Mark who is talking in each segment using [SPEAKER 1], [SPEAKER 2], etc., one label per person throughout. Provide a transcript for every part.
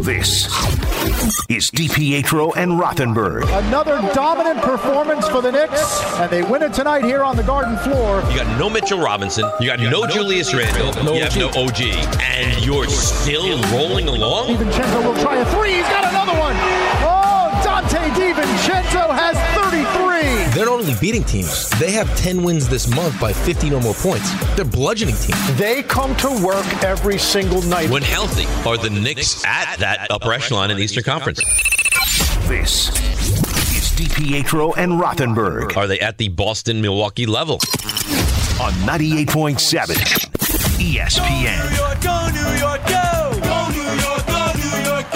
[SPEAKER 1] This is DiPietro and Rothenberg.
[SPEAKER 2] Another dominant performance for the Knicks, and they win it tonight here on the garden floor.
[SPEAKER 3] You got no Mitchell Robinson. You got, no, Julius Randle. you have no OG. And you're still rolling along?
[SPEAKER 2] DiVincenzo will try a three. He's got another one. Oh, Dante DiVincenzo has 33.
[SPEAKER 4] They're not only beating teams, they have 10 wins this month by 15 or more points. They're bludgeoning teams.
[SPEAKER 2] They come to work every single night.
[SPEAKER 3] When healthy, are the Knicks at that upper echelon in the Eastern Conference?
[SPEAKER 1] This is DiPietro and Rothenberg
[SPEAKER 3] Are they at the Boston Milwaukee level?
[SPEAKER 1] on 98.7 E ESPN.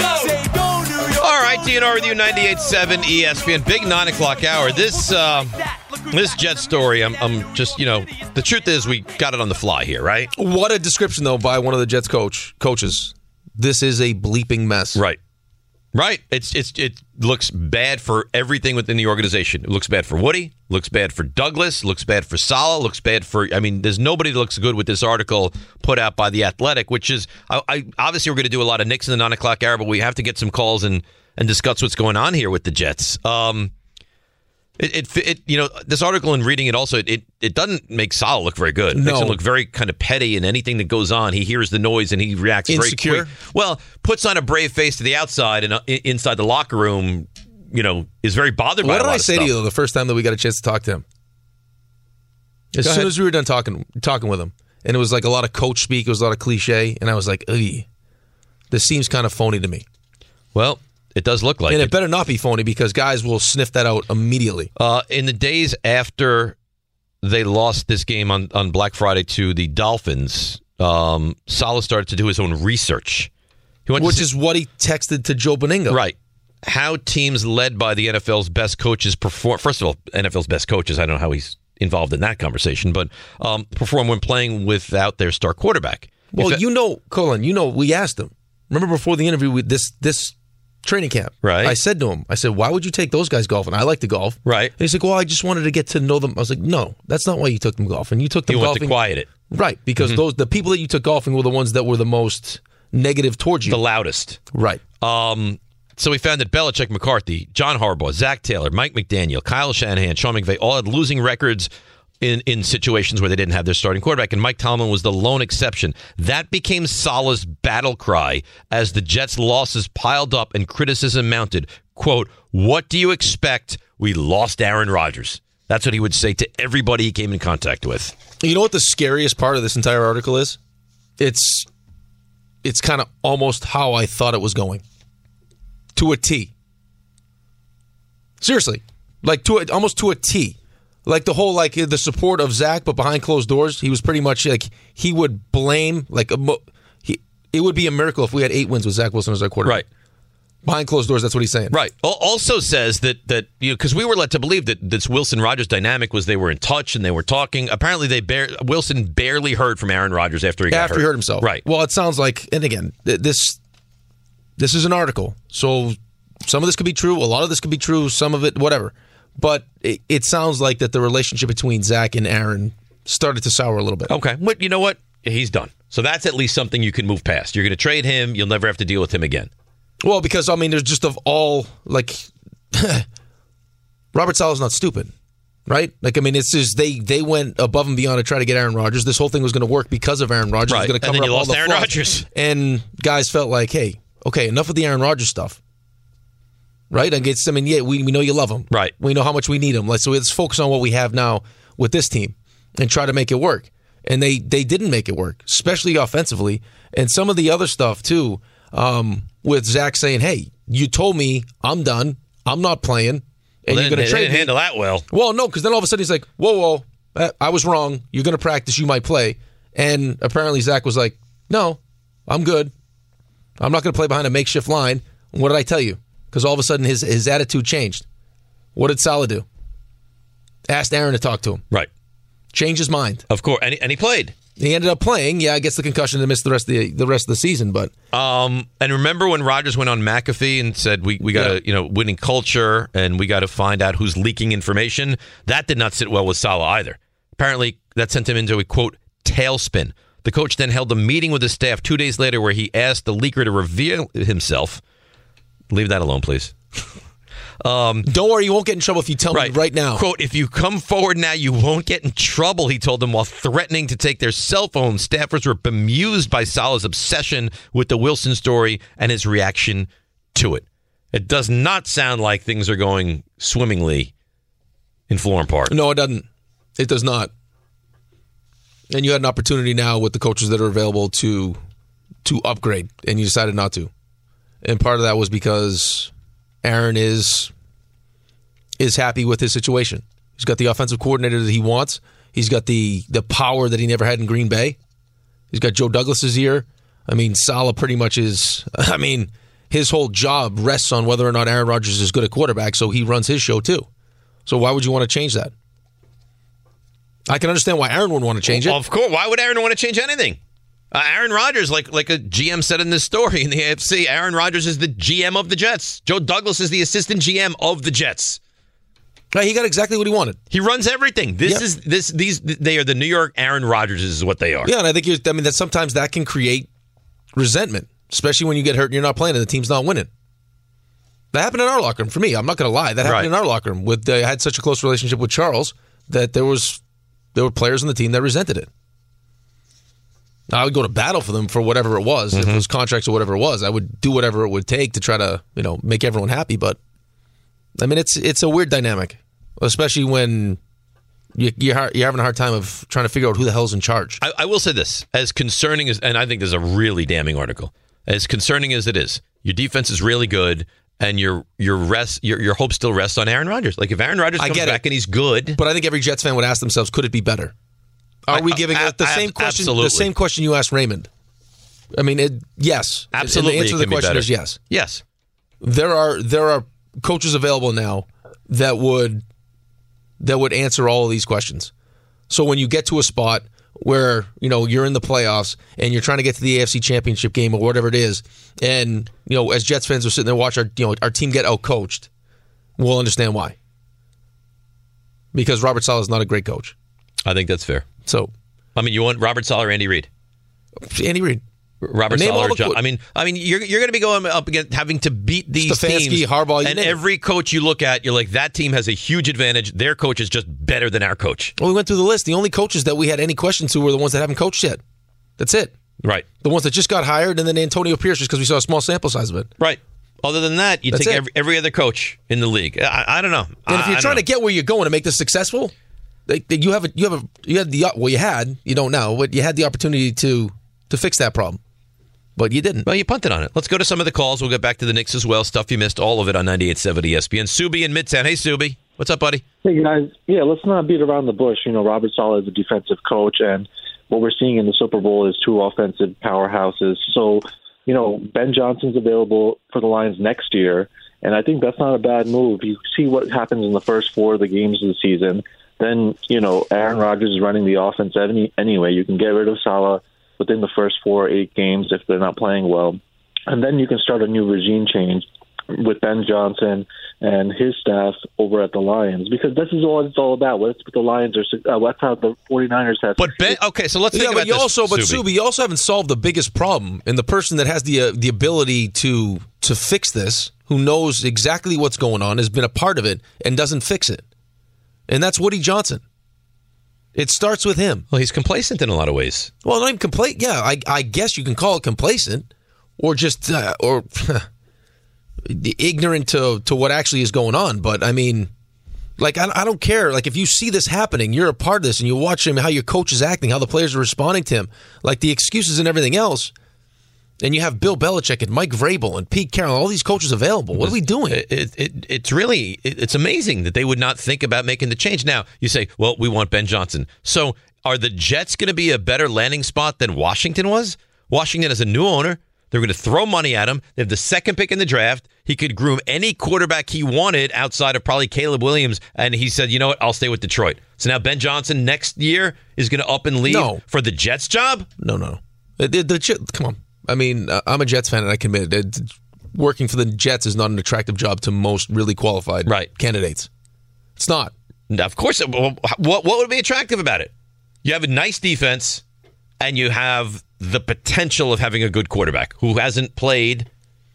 [SPEAKER 3] All right, DNR with you, E 98.7 ESPN. Big 9 o'clock hour. This uh, this Jet story, I'm, I'm just, you know, the truth is we got it on the fly here, right?
[SPEAKER 4] What a description, though, by one of the Jets coach coaches. This is a bleeping mess.
[SPEAKER 3] Right. Right. It's it's it looks bad for everything within the organization. It looks bad for Woody, looks bad for Douglas, looks bad for Sala, looks bad for I mean, there's nobody that looks good with this article put out by the Athletic, which is I, I obviously we're gonna do a lot of Knicks in the nine o'clock hour, but we have to get some calls and and discuss what's going on here with the Jets. Um it, it, it you know this article and reading it also it, it doesn't make Sala look very good. It makes
[SPEAKER 4] No.
[SPEAKER 3] him look very kind of petty and anything that goes on, he hears the noise and he reacts very
[SPEAKER 4] Insecure?
[SPEAKER 3] quick. Well, puts on a brave face to the outside and uh, i- inside the locker room, you know, is very bothered by
[SPEAKER 4] What
[SPEAKER 3] a
[SPEAKER 4] did
[SPEAKER 3] lot
[SPEAKER 4] I
[SPEAKER 3] of
[SPEAKER 4] say
[SPEAKER 3] stuff.
[SPEAKER 4] to you though, the first time that we got a chance to talk to him? As
[SPEAKER 3] Go
[SPEAKER 4] soon
[SPEAKER 3] ahead.
[SPEAKER 4] as we were done talking talking with him, and it was like a lot of coach speak, it was a lot of cliche, and I was like, "Ugh, this seems kind of phony to me."
[SPEAKER 3] Well, it does look like
[SPEAKER 4] And
[SPEAKER 3] it.
[SPEAKER 4] it better not be phony because guys will sniff that out immediately.
[SPEAKER 3] Uh, in the days after they lost this game on, on Black Friday to the Dolphins, um, Sala started to do his own research. He went to
[SPEAKER 4] Which
[SPEAKER 3] see-
[SPEAKER 4] is what he texted to Joe Beningo.
[SPEAKER 3] Right. How teams led by the NFL's best coaches perform. First of all, NFL's best coaches. I don't know how he's involved in that conversation, but um, perform when playing without their star quarterback.
[SPEAKER 4] Well,
[SPEAKER 3] If-
[SPEAKER 4] you know, Colin, you know, we asked him. Remember before the interview with this this training camp,
[SPEAKER 3] Right.
[SPEAKER 4] I said to him, I said, "Why would you take those guys golfing? I like to golf."
[SPEAKER 3] Right.
[SPEAKER 4] And he's like, "Well, I just wanted to get to know them." I was like, "No, that's not why you took them golfing. You took them
[SPEAKER 3] you want to
[SPEAKER 4] golfing,
[SPEAKER 3] quiet it Mm-hmm.
[SPEAKER 4] right? Because those the people that you took golfing were the ones that were the most negative towards you,
[SPEAKER 3] the loudest.
[SPEAKER 4] right?
[SPEAKER 3] Um, so we found that Belichick, McCarthy, John Harbaugh, Zach Taylor, Mike McDaniel, Kyle Shanahan, Sean McVay all had losing records in, in situations where they didn't have their starting quarterback, and Mike Tomlin was the lone exception. That became Salah's battle cry as the Jets' losses piled up and criticism mounted. "Quote: What do you expect? We lost Aaron Rodgers." That's what he would say to everybody he came in contact with.
[SPEAKER 4] You know what the scariest part of this entire article is? It's it's kind of almost how I thought it was going. To a T. Seriously. Like to a, almost to a T. Like the whole like the support of Zach, but behind closed doors, he was pretty much like he would blame like a mo- he, it would be a miracle if we had eight wins with Zach Wilson as our quarterback. Behind closed doors, that's what he's saying.
[SPEAKER 3] Right. Al- Also says that that you know because we were led to believe that this Wilson Rogers dynamic was they were in touch and they were talking. Apparently, they bar- Wilson barely heard from Aaron Rodgers after he got
[SPEAKER 4] after he hurt himself.
[SPEAKER 3] Right.
[SPEAKER 4] Well, it sounds like, and again, th- this this is an article, so some of this could be true, a lot of this could be true, some of it, whatever. But it, it sounds like that the relationship between Zach and Aaron started to sour a little bit.
[SPEAKER 3] okay. But you know what? He's done. So that's at least something you can move past. You're going to trade him. You'll never have to deal with him again.
[SPEAKER 4] Well, because I mean, there's just of all like Robert Sala's not stupid, right? Like I mean, it's just they they went above and beyond to try to get Aaron Rodgers. This whole thing was going to work because of Aaron Rodgers. It
[SPEAKER 3] Right.
[SPEAKER 4] was going
[SPEAKER 3] And
[SPEAKER 4] to cover
[SPEAKER 3] then you
[SPEAKER 4] up all
[SPEAKER 3] lost
[SPEAKER 4] the
[SPEAKER 3] Aaron
[SPEAKER 4] flaws.
[SPEAKER 3] Rodgers.
[SPEAKER 4] and guys felt like, hey, okay, enough of the Aaron Rodgers stuff. Right? Against I mean, yeah, we, we know you love him.
[SPEAKER 3] Right.
[SPEAKER 4] We know how much we need him. Let's so let's focus on what we have now with this team and try to make it work. and they they didn't make it work, especially offensively, and some of the other stuff too. Um, with Zach saying, "Hey, you told me I'm done. I'm not playing, and
[SPEAKER 3] They
[SPEAKER 4] you're
[SPEAKER 3] didn't-
[SPEAKER 4] going
[SPEAKER 3] they
[SPEAKER 4] to trade
[SPEAKER 3] didn't
[SPEAKER 4] me."
[SPEAKER 3] handle that well.
[SPEAKER 4] Well, no, because then all of a sudden he's like, "Whoa, whoa, uh, I was wrong. You're going to practice. You might play." And apparently Zach was like, "No, I'm good. I'm not going to play behind a makeshift line." What did I tell you? Because all of a sudden his his attitude changed. What did Salah do? Asked Aaron to talk to him.
[SPEAKER 3] Right.
[SPEAKER 4] Changed his mind.
[SPEAKER 3] Of course. And, he- and he played.
[SPEAKER 4] He ended up playing. Yeah, I guess the concussion and missed the rest of the the rest of the season. But
[SPEAKER 3] Um, and remember when Rogers went on McAfee and said we, we got to
[SPEAKER 4] Yeah.
[SPEAKER 3] you know winning culture and we got to find out who's leaking information. That did not sit well with Salah either. Apparently, that sent him into a quote tailspin. The coach then held a meeting with his staff two days later where he asked the leaker to reveal himself. Leave that alone, please.
[SPEAKER 4] don't worry, you won't get in trouble if you tell me Oh, right now.
[SPEAKER 3] Quote, if you come forward now, you won't get in trouble, he told them while threatening to take their cell phones. Staffers were bemused by Salah's obsession with the Wilson story and his reaction to it. It does not sound like things are going swimmingly in Florham Park.
[SPEAKER 4] No, it doesn't. It does not. And you had an opportunity now with the coaches that are available to to upgrade, and you decided not to. And part of that was because Aaron is is happy with his situation. He's got the offensive coordinator that he wants. He's got the the power that he never had in Green Bay. He's got Joe Douglas's ear. I mean, Salah pretty much is. I mean, his whole job rests on whether or not Aaron Rodgers is good at quarterback, so he runs his show too. So why would you want to change that? I can understand why Aaron would want to change it.
[SPEAKER 3] Of course. Why would Aaron want to change anything? Uh, Aaron Rodgers, like like a GM said in this story in the AFC, Aaron Rodgers is the GM of the Jets. Joe Douglas is the assistant GM of the Jets.
[SPEAKER 4] Right, he got exactly what he wanted.
[SPEAKER 3] He runs everything. This
[SPEAKER 4] Yep.
[SPEAKER 3] is this these they are the New York Aaron Rodgers is what they are.
[SPEAKER 4] Yeah, and I think you're, I mean that sometimes that can create resentment, especially when you get hurt and you're not playing and the team's not winning. That happened in our locker room for me. I'm not going to lie. That happened
[SPEAKER 3] Right.
[SPEAKER 4] in our locker room. With I had such a close relationship with Charles that there was there were players on the team that resented it. I would go to battle for them for whatever it was, if
[SPEAKER 3] Mm-hmm.
[SPEAKER 4] it was contracts or whatever it was. I would do whatever it would take to try to you know make everyone happy. But I mean, it's it's a weird dynamic, especially when you, you're har- you're having a hard time of trying to figure out who the hell's in charge.
[SPEAKER 3] I, I will say this: as concerning as, and I think this is a really damning article. As concerning as it is, your defense is really good, and your your rest your your hope still rests on Aaron Rodgers. Like if Aaron Rodgers
[SPEAKER 4] I
[SPEAKER 3] comes
[SPEAKER 4] get it.
[SPEAKER 3] back and he's good,
[SPEAKER 4] But I think every Jets fan would ask themselves, could it be better? Are we
[SPEAKER 3] I-
[SPEAKER 4] giving
[SPEAKER 3] I-
[SPEAKER 4] it the
[SPEAKER 3] I-
[SPEAKER 4] same question?
[SPEAKER 3] absolutely.
[SPEAKER 4] The same question you asked Raymond. I mean, it, yes, And
[SPEAKER 3] absolutely,
[SPEAKER 4] The answer
[SPEAKER 3] it
[SPEAKER 4] to the
[SPEAKER 3] can be
[SPEAKER 4] question
[SPEAKER 3] better.
[SPEAKER 4] is yes.
[SPEAKER 3] yes.
[SPEAKER 4] There are there are coaches available now that would that would answer all of these questions. So when you get to a spot where you know you're in the playoffs and you're trying to get to the AFC Championship game or whatever it is, and you know as Jets fans are sitting there watching our you know our team get out coached, we'll understand why. Because Robert Sala is not a great coach.
[SPEAKER 3] I think that's fair.
[SPEAKER 4] So
[SPEAKER 3] I mean, you want Robert Sala or Andy Reid?
[SPEAKER 4] Andy Reid,
[SPEAKER 3] Robert
[SPEAKER 4] Name all
[SPEAKER 3] Sala or
[SPEAKER 4] the
[SPEAKER 3] John.
[SPEAKER 4] co-
[SPEAKER 3] I mean, I mean, you're you're going to be going up against having to beat these
[SPEAKER 4] Stefanski,
[SPEAKER 3] teams,
[SPEAKER 4] Harbaugh, you
[SPEAKER 3] and
[SPEAKER 4] name it.
[SPEAKER 3] every coach you look at, you're like, that team has a huge advantage. Their coach is just better than our coach.
[SPEAKER 4] Well, we went through the list. The only coaches that we had any questions to were the ones that haven't coached yet. That's it.
[SPEAKER 3] Right,
[SPEAKER 4] The ones that just got hired, and then Antonio Pierce, just because we saw a small sample size of it.
[SPEAKER 3] right. Other than that, you
[SPEAKER 4] That's
[SPEAKER 3] take
[SPEAKER 4] it.
[SPEAKER 3] every, every other coach in the league. I, I don't know.
[SPEAKER 4] And if
[SPEAKER 3] I-
[SPEAKER 4] you're
[SPEAKER 3] Ah, I
[SPEAKER 4] trying
[SPEAKER 3] don't know.
[SPEAKER 4] to get where you're going to make this successful, like, you have a, you have a, you had the well, you had you don't know, but you had the opportunity to to fix that problem, but you didn't.
[SPEAKER 3] Well, you punted on it. Let's go to some of the calls. We'll get back to the Knicks as well. Stuff you missed, all of it on 98.7 ESPN. Subi in Midtown. Hey, Subi. What's up, buddy?
[SPEAKER 5] Hey guys, yeah, let's not beat around the bush. You know, Robert Sala is a defensive coach, and what we're seeing in the Super Bowl is two offensive powerhouses. So, you know, Ben Johnson's available for the Lions next year, and I think that's not a bad move. You see what happens in the first four of the games of the season. Then, you know, Aaron Rodgers is running the offense any, anyway. You can get rid of Sala within the first four or eight games if they're not playing well and then you can start a new regime change with Ben Johnson and his staff over at the Lions because this is all it's all about. What's what the Lions are? su- Uh, what's how the 49ers have?
[SPEAKER 3] But Ben, okay, so let's think
[SPEAKER 4] yeah,
[SPEAKER 3] about
[SPEAKER 4] but you
[SPEAKER 3] this,
[SPEAKER 4] also, but
[SPEAKER 3] Subi.
[SPEAKER 4] Subi, you also haven't solved the biggest problem. And the person that has the uh, the ability to to fix this, who knows exactly what's going on, has been a part of it and doesn't fix it, and that's Woody Johnson. It starts with him.
[SPEAKER 3] Well, he's complacent in a lot of ways.
[SPEAKER 4] Well, not even complacent. Yeah, I, I guess you can call it complacent, or just uh, or ignorant to to what actually is going on. But I mean, Like I, I don't care. Like if you see this happening, you're a part of this, and you watch him how your coach is acting, how the players are responding to him, like the excuses and everything else. And you have Bill Belichick and Mike Vrabel and Pete Carroll, all these coaches available. What are we doing?
[SPEAKER 3] It, it, it- it's really it, it's amazing that they would not think about making the change. Now you say, well, we want Ben Johnson. So are the Jets going to be a better landing spot than Washington was? Washington has a new owner. They're going to throw money at him. They have the second pick in the draft. He could groom any quarterback he wanted outside of probably Caleb Williams. And he said, you know what? I'll stay with Detroit. So now Ben Johnson next year is going to up and leave
[SPEAKER 4] No.
[SPEAKER 3] for the Jets job.
[SPEAKER 4] No, no. The, the, the Jet- come on. I mean, uh, I'm a Jets fan, and I commit. it. Working for the Jets is not an attractive job to most really qualified
[SPEAKER 3] Right.
[SPEAKER 4] candidates. It's not.
[SPEAKER 3] Now, Of course, well, what what would be attractive about it? You have a nice defense, and you have the potential of having a good quarterback who hasn't played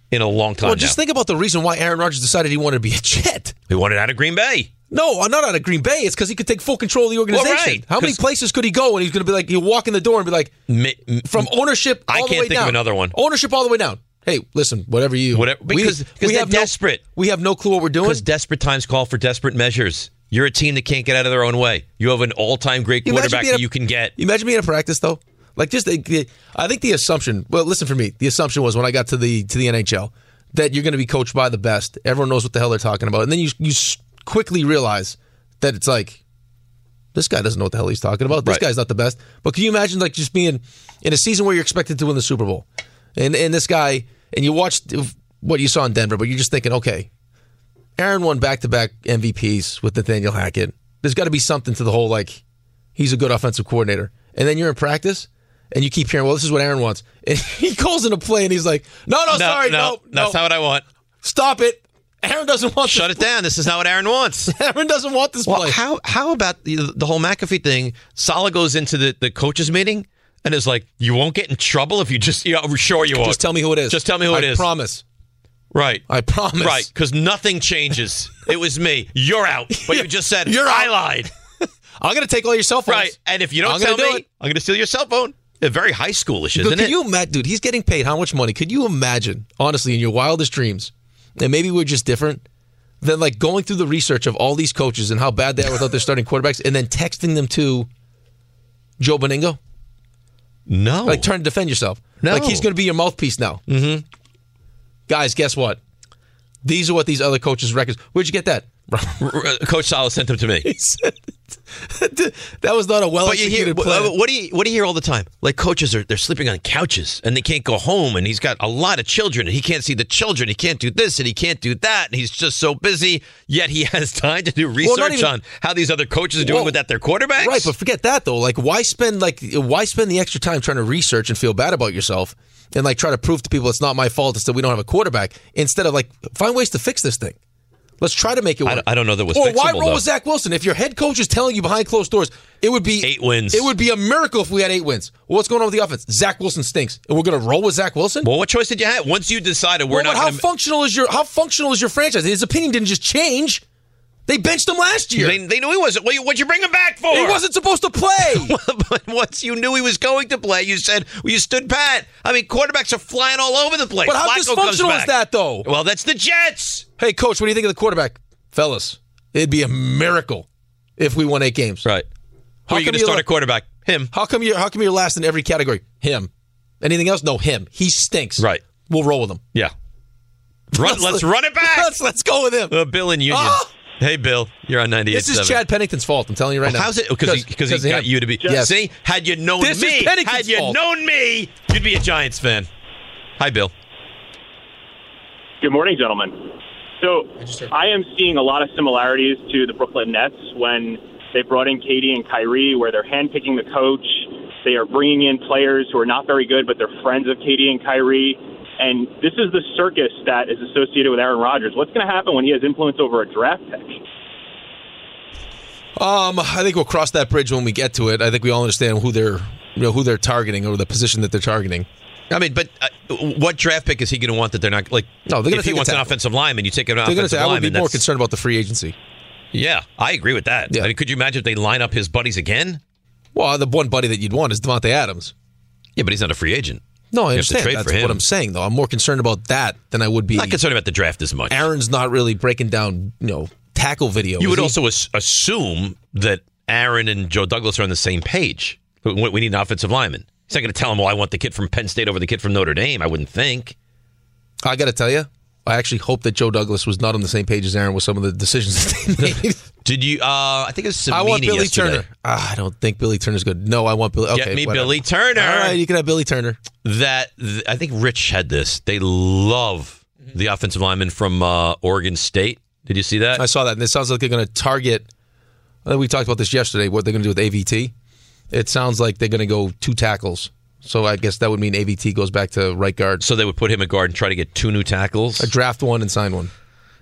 [SPEAKER 3] in a long time.
[SPEAKER 4] Well, just
[SPEAKER 3] now.
[SPEAKER 4] think about the reason why Aaron Rodgers decided he wanted to be a Jet.
[SPEAKER 3] they wanted out of Green Bay.
[SPEAKER 4] No, uh, not out of Green Bay. It's because he could take full control of the organization.
[SPEAKER 3] right,
[SPEAKER 4] How many
[SPEAKER 3] 'cause-
[SPEAKER 4] places could he go? And he's going to be like, he'll walk in the door and be like,
[SPEAKER 3] Mi- m-
[SPEAKER 4] from ownership. All
[SPEAKER 3] I
[SPEAKER 4] the
[SPEAKER 3] can't
[SPEAKER 4] way
[SPEAKER 3] think of
[SPEAKER 4] down.
[SPEAKER 3] another one.
[SPEAKER 4] Ownership all the way down. Hey, listen, whatever you
[SPEAKER 3] Whatever- because- because they're
[SPEAKER 4] no-
[SPEAKER 3] desperate.
[SPEAKER 4] we have no clue what we're doing.
[SPEAKER 3] Because desperate times call for desperate measures. You're a team that can't get out of their own way. You have an all-time great
[SPEAKER 4] You imagine
[SPEAKER 3] quarterback
[SPEAKER 4] being
[SPEAKER 3] that
[SPEAKER 4] a-
[SPEAKER 3] you can get.
[SPEAKER 4] You imagine being in practice though. Like just the, the, I think the assumption. Well, listen for me. The assumption was when I got to the to the NHL that you're going to be coached by the best. Everyone knows what the hell they're talking about, and then you you s- quickly realize that it's like this guy doesn't know what the hell he's talking about. This
[SPEAKER 3] Right.
[SPEAKER 4] guy's not the best. But can you imagine like just being in a season where you're expected to win the Super Bowl, and and this guy and you watched what you saw in Denver, but you're just thinking, okay, Aaron won back to back MVPs with Nathaniel Hackett. There's got to be something to the whole like he's a good offensive coordinator. And then you're in practice and you keep hearing, well, this is what Aaron wants. And he calls in a play and he's like, no, no, Oh, sorry, no, no,
[SPEAKER 3] that's not what I want.
[SPEAKER 4] stop it. Aaron doesn't want
[SPEAKER 3] Shut
[SPEAKER 4] this.
[SPEAKER 3] it down. This is not what Aaron wants.
[SPEAKER 4] Aaron doesn't want this
[SPEAKER 3] Well,
[SPEAKER 4] play.
[SPEAKER 3] how how about the, the whole McAfee thing? Sala goes into the, the coaches meeting and is like, "You won't get in trouble if you just you know, we're sure you won't.
[SPEAKER 4] Just tell me who it is.
[SPEAKER 3] Just tell me who
[SPEAKER 4] I
[SPEAKER 3] it is.
[SPEAKER 4] promise.
[SPEAKER 3] Right.
[SPEAKER 4] I promise.
[SPEAKER 3] Right. Because nothing changes. it was me. You're out. But you just said
[SPEAKER 4] You're
[SPEAKER 3] I
[SPEAKER 4] out.
[SPEAKER 3] lied.
[SPEAKER 4] I'm gonna take all your cell phones.
[SPEAKER 3] Right. And if you don't
[SPEAKER 4] I'm
[SPEAKER 3] tell
[SPEAKER 4] gonna do
[SPEAKER 3] me,
[SPEAKER 4] it.
[SPEAKER 3] I'm going to steal your cell phone. Uh, Very high schoolish,
[SPEAKER 4] Dude,
[SPEAKER 3] isn't
[SPEAKER 4] can
[SPEAKER 3] it?
[SPEAKER 4] you imagine, dude? He's getting paid how much money? Could you imagine, honestly, in your wildest dreams? And maybe we're just different than like going through the research of all these coaches and how bad they are without their starting quarterbacks, and then texting them to Joe Beningo,
[SPEAKER 3] no.
[SPEAKER 4] like trying to defend yourself.
[SPEAKER 3] No.
[SPEAKER 4] Like he's going to be your mouthpiece now. Mm-hmm. Guys, guess what? These are what these other coaches' records. Where'd you get that?
[SPEAKER 3] R- r- Coach Sala sent them to me.
[SPEAKER 4] that was not a well
[SPEAKER 3] But you hear
[SPEAKER 4] executed plan.
[SPEAKER 3] what, what do you what do you hear all the time? Like coaches are they're sleeping on couches and they can't go home and he's got a lot of children and he can't see the children. He can't do this and he can't do that and he's just so busy. Yet he has time to do research
[SPEAKER 4] not even-
[SPEAKER 3] on how these other coaches are doing
[SPEAKER 4] Whoa.
[SPEAKER 3] without their quarterbacks.
[SPEAKER 4] Right, but forget that though. Like, why spend like why spend the extra time trying to research and feel bad about yourself and like try to prove to people it's not my fault, it's that we don't have a quarterback. Instead of like find ways to fix this thing. Let's try to make it work.
[SPEAKER 3] I don't- I don't know that was
[SPEAKER 4] Or why
[SPEAKER 3] fixable,
[SPEAKER 4] roll
[SPEAKER 3] though.
[SPEAKER 4] with Zach Wilson if your head coach is telling you behind closed doors? It would be
[SPEAKER 3] Eight wins.
[SPEAKER 4] It would be a miracle if we had eight wins. Well, what's going on with the offense? Zach Wilson stinks, and we're going to roll with Zach Wilson.
[SPEAKER 3] well, what choice did you have once you decided we're
[SPEAKER 4] Well, but
[SPEAKER 3] not?
[SPEAKER 4] how
[SPEAKER 3] gonna,
[SPEAKER 4] functional is your how functional is your franchise? His opinion didn't just change. They benched him last year.
[SPEAKER 3] they, they knew he wasn't. What you, what'd you bring him back for?
[SPEAKER 4] he wasn't supposed to play.
[SPEAKER 3] but once you knew he was going to play, you said well, you stood pat. I mean, quarterbacks are flying all over the place.
[SPEAKER 4] But how
[SPEAKER 3] Flacco comes
[SPEAKER 4] dysfunctional is
[SPEAKER 3] back.
[SPEAKER 4] that, though?
[SPEAKER 3] Well, that's the Jets.
[SPEAKER 4] Hey, coach, what do you think of the quarterback? Fellas, it'd be a miracle if we won eight games.
[SPEAKER 3] Right. Who
[SPEAKER 4] How
[SPEAKER 3] are you
[SPEAKER 4] come
[SPEAKER 3] going to
[SPEAKER 4] you
[SPEAKER 3] start
[SPEAKER 4] let-
[SPEAKER 3] a quarterback? Him.
[SPEAKER 4] How come you're how come you're last in every category? Him. Anything else? No, him. He stinks.
[SPEAKER 3] Right.
[SPEAKER 4] We'll roll with him.
[SPEAKER 3] Yeah. Run, let's run it back.
[SPEAKER 4] Let's let's go with him.
[SPEAKER 3] Uh, Bill in Union.
[SPEAKER 4] Ah!
[SPEAKER 3] Hey, Bill, you're on 98.
[SPEAKER 4] This is Chad Pennington's fault. I'm telling you right now.
[SPEAKER 3] Oh, How's it? Because because he
[SPEAKER 4] of
[SPEAKER 3] got
[SPEAKER 4] him.
[SPEAKER 3] you to be.
[SPEAKER 4] Yes.
[SPEAKER 3] See, had you known
[SPEAKER 4] This is
[SPEAKER 3] me,
[SPEAKER 4] Pennington's
[SPEAKER 3] had you
[SPEAKER 4] fault.
[SPEAKER 3] known me, you'd be a Giants fan. Hi, Bill.
[SPEAKER 6] Good morning, gentlemen. So I am seeing a lot of similarities to the Brooklyn Nets when they brought in Katie and Kyrie, where they're handpicking the coach. They are bringing in players who are not very good, but they're friends of Katie and Kyrie. And this is the circus that is associated with Aaron Rodgers. What's going to happen when he has influence over a draft pick?
[SPEAKER 4] Um, I think we'll cross that bridge when we get to it. I think we all understand who they're you know, who they're targeting or the position that they're targeting.
[SPEAKER 3] I mean, but uh, what draft pick is he going to want that they're not like?
[SPEAKER 4] No, they're gonna
[SPEAKER 3] if he
[SPEAKER 4] take a
[SPEAKER 3] wants an
[SPEAKER 4] tackle.
[SPEAKER 3] offensive lineman, you take an
[SPEAKER 4] They're gonna
[SPEAKER 3] offensive
[SPEAKER 4] say I would be
[SPEAKER 3] lineman.
[SPEAKER 4] more
[SPEAKER 3] that's-
[SPEAKER 4] concerned about the free agency.
[SPEAKER 3] Yeah, I agree with that.
[SPEAKER 4] Yeah.
[SPEAKER 3] I mean, could you imagine if they line up his buddies again?
[SPEAKER 4] Well, the one buddy that you'd want is Devontae Adams.
[SPEAKER 3] Yeah, but he's not a free agent.
[SPEAKER 4] No, I
[SPEAKER 3] You have to
[SPEAKER 4] understand.
[SPEAKER 3] trade
[SPEAKER 4] That's
[SPEAKER 3] for him.
[SPEAKER 4] what I'm saying, though. I'm more concerned about that than I would be.
[SPEAKER 3] Not concerned about the draft as much.
[SPEAKER 4] Aaron's not really breaking down, you know, tackle video.
[SPEAKER 3] You
[SPEAKER 4] Is
[SPEAKER 3] would
[SPEAKER 4] he-
[SPEAKER 3] also as- assume that Aaron and Joe Douglas are on the same page. We we need an offensive lineman. He's not going to tell him, well, I want the kid from Penn State over the kid from Notre Dame. I wouldn't think.
[SPEAKER 4] I got to tell you, I actually hope that Joe Douglas was not on the same page as Aaron with some of the decisions that they made.
[SPEAKER 3] Did you? Uh, I think it was Samini
[SPEAKER 4] I want Billy
[SPEAKER 3] yesterday.
[SPEAKER 4] Turner. Ah, I don't think Billy Turner's good. No, I want Billy. Okay,
[SPEAKER 3] Get me
[SPEAKER 4] whatever.
[SPEAKER 3] Billy Turner.
[SPEAKER 4] All right, you can have Billy Turner.
[SPEAKER 3] That th- I think Rich had this. They love the offensive lineman from uh, Oregon State. Did you see that?
[SPEAKER 4] I saw that. And it sounds like they're going to target. I think we talked about this yesterday. What they're going to do with AVT? It sounds like they're going to go two tackles. So I guess that would mean AVT goes back to right guard.
[SPEAKER 3] so they would put him at guard and try to get two new tackles.
[SPEAKER 4] Draft one and sign one.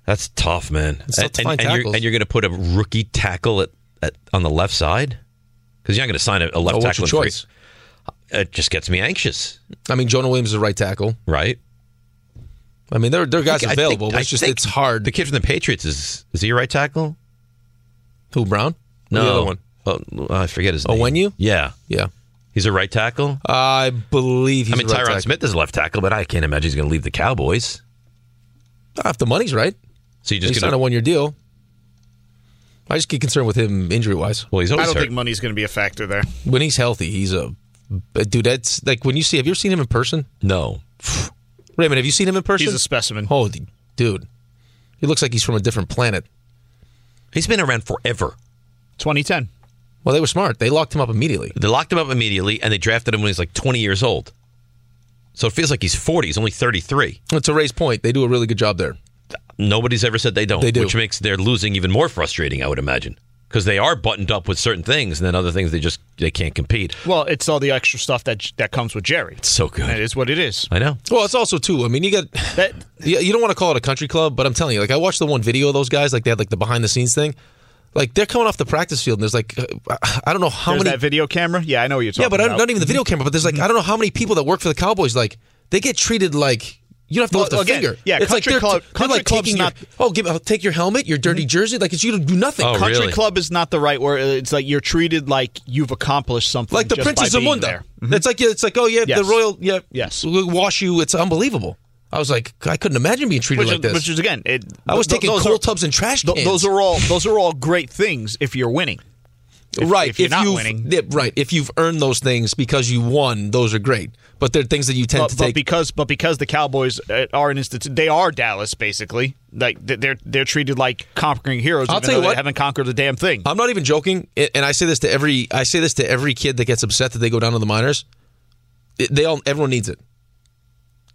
[SPEAKER 3] That's tough, man.
[SPEAKER 4] It's tough to
[SPEAKER 3] and,
[SPEAKER 4] find
[SPEAKER 3] and you're,
[SPEAKER 4] tackles.
[SPEAKER 3] and you're going to put a rookie tackle at, at on the left side because you're not going to sign a, a left
[SPEAKER 4] Oh, what's
[SPEAKER 3] tackle.
[SPEAKER 4] your
[SPEAKER 3] in free-
[SPEAKER 4] choice?
[SPEAKER 3] It just gets me anxious,
[SPEAKER 4] I mean, Jonah Williams is a right tackle.
[SPEAKER 3] right?
[SPEAKER 4] I mean, there, there are guys
[SPEAKER 3] I think-
[SPEAKER 4] available.
[SPEAKER 3] I
[SPEAKER 4] but it's just
[SPEAKER 3] think
[SPEAKER 4] it's hard.
[SPEAKER 3] The kid from the Patriots is is he a right tackle?
[SPEAKER 4] Who Brown?
[SPEAKER 3] No,
[SPEAKER 4] the other one.
[SPEAKER 3] Oh, I forget his name.
[SPEAKER 4] Owenu?
[SPEAKER 3] Yeah,
[SPEAKER 4] Yeah,
[SPEAKER 3] he's a right tackle.
[SPEAKER 4] I believe he's.
[SPEAKER 3] I mean,
[SPEAKER 4] a right
[SPEAKER 3] Tyron
[SPEAKER 4] tackle.
[SPEAKER 3] Smith is a left tackle, but I can't imagine he's going to leave the Cowboys.
[SPEAKER 4] Ah, if the money's right,
[SPEAKER 3] So you
[SPEAKER 4] he's
[SPEAKER 3] just
[SPEAKER 4] signed a
[SPEAKER 3] going to.
[SPEAKER 4] one-year deal. I just get concerned with him injury-wise.
[SPEAKER 3] Well, he's
[SPEAKER 7] I
[SPEAKER 3] always
[SPEAKER 7] don't
[SPEAKER 3] hurt.
[SPEAKER 7] think money's going to be a factor there.
[SPEAKER 4] When he's healthy, he's a but dude. That's like when you see. Have you ever seen him in person,
[SPEAKER 3] no,
[SPEAKER 4] Raymond? Have you seen him in person?
[SPEAKER 7] He's a specimen.
[SPEAKER 4] Holy dude, he looks like he's from a different planet.
[SPEAKER 3] he's been around forever.
[SPEAKER 7] 2010.
[SPEAKER 4] Well, they were smart. They locked him up immediately.
[SPEAKER 3] They locked him up immediately, and they drafted him when he's like 20 years old. So it feels like he's 40. He's only 33.
[SPEAKER 4] Well, to Ray's point, they do a really good job there.
[SPEAKER 3] Nobody's ever said they don't.
[SPEAKER 4] They do.
[SPEAKER 3] Which makes their losing even more frustrating, I would imagine. Because they are buttoned up with certain things, and then other things they just they can't compete.
[SPEAKER 7] Well, it's all the extra stuff that that comes with Jerry. It's
[SPEAKER 3] so good.
[SPEAKER 7] It is what it is.
[SPEAKER 3] I know.
[SPEAKER 4] Well, it's also too. I mean, you got
[SPEAKER 7] That
[SPEAKER 4] Yeah, you don't want to call it a country club, but I'm telling you, like I watched the one video of those guys, like they had like the behind the scenes thing. Like they're coming off the practice field, and there's like uh, I don't know how
[SPEAKER 7] there's
[SPEAKER 4] many.
[SPEAKER 7] that video Mm-hmm. camera. Yeah, I know what you're talking
[SPEAKER 4] yeah, but
[SPEAKER 7] about.
[SPEAKER 4] I, not even the video camera. But there's like I don't know how many people that work for the Cowboys. Like they get treated like you don't have to
[SPEAKER 7] Well,
[SPEAKER 4] lift a
[SPEAKER 7] again,
[SPEAKER 4] finger.
[SPEAKER 7] yeah,
[SPEAKER 4] it's like
[SPEAKER 7] country
[SPEAKER 4] they're,
[SPEAKER 7] club-
[SPEAKER 4] they're,
[SPEAKER 7] country
[SPEAKER 4] like
[SPEAKER 7] club's
[SPEAKER 4] taking
[SPEAKER 7] not- Mm-hmm.
[SPEAKER 4] your oh, give, I'll take your helmet, your dirty jersey. Like it's you to do nothing.
[SPEAKER 3] Oh,
[SPEAKER 4] Country-
[SPEAKER 7] Country
[SPEAKER 3] Really?
[SPEAKER 7] club is not the right word. It's like you're treated like you've accomplished something.
[SPEAKER 4] Like the
[SPEAKER 7] just by
[SPEAKER 4] Princess of
[SPEAKER 7] being
[SPEAKER 4] Zamunda.
[SPEAKER 7] there. Mm-hmm.
[SPEAKER 4] It's like yeah, it's like oh yeah,
[SPEAKER 7] Yes.
[SPEAKER 4] the royal yeah
[SPEAKER 7] Yes.
[SPEAKER 4] we'll wash you. It's unbelievable. I was like I couldn't imagine being treated
[SPEAKER 7] Which,
[SPEAKER 4] like
[SPEAKER 7] is,
[SPEAKER 4] this.
[SPEAKER 7] which is again, it,
[SPEAKER 4] I was
[SPEAKER 7] th-
[SPEAKER 4] taking
[SPEAKER 7] those
[SPEAKER 4] cold
[SPEAKER 7] are-
[SPEAKER 4] tubs and trash
[SPEAKER 7] th-
[SPEAKER 4] cans.
[SPEAKER 7] Those are all those are all great things if you're winning. If-
[SPEAKER 4] right
[SPEAKER 7] if you're not
[SPEAKER 4] you've-
[SPEAKER 7] winning.
[SPEAKER 4] yeah, right if you've earned those things because you won those are great but they're things that you tend
[SPEAKER 7] But,
[SPEAKER 4] to
[SPEAKER 7] but
[SPEAKER 4] take
[SPEAKER 7] because but because the Cowboys uh, are an institution, they are Dallas basically. Like th- they're they're treated like conquering heroes.
[SPEAKER 4] I'll
[SPEAKER 7] even
[SPEAKER 4] tell
[SPEAKER 7] though
[SPEAKER 4] you what.
[SPEAKER 7] they haven't conquered the damn thing.
[SPEAKER 4] i'm not even joking a- and i say this to every i say this to every kid that gets upset that they go down to the minors It- they all everyone needs it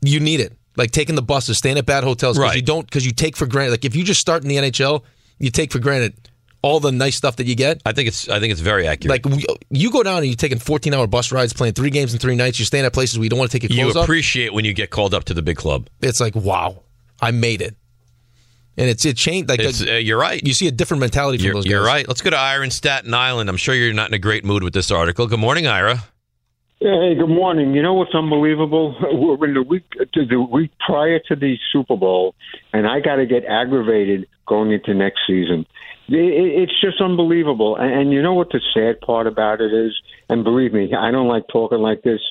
[SPEAKER 4] you need it like taking the buses staying at bad hotels because
[SPEAKER 3] Right.
[SPEAKER 4] you don't because you take for granted like if you just start in the nhl you take for granted all the nice stuff that you get
[SPEAKER 3] I think it's I think it's very accurate.
[SPEAKER 4] like we- you go down and you're taking 14 hour bus rides playing three games in three nights you're staying at places where you don't want to take your
[SPEAKER 3] you
[SPEAKER 4] clothes off
[SPEAKER 3] appreciate when you get called up to the big club.
[SPEAKER 4] it's like wow i made it and it's it changed like
[SPEAKER 3] It's, uh, you're right.
[SPEAKER 4] you see a different mentality from
[SPEAKER 3] You're,
[SPEAKER 4] those guys.
[SPEAKER 3] you're right. Let's go to Ira in Staten Island. I'm sure you're not in a great mood with this article. Good morning, Ira.
[SPEAKER 8] Hey, good morning. You know what's unbelievable? We're in the week to the week prior to the Super Bowl, and I got to get aggravated going into next season. It- it- It's just unbelievable. And and you know what the sad part about it is? And believe me, I don't like talking like this.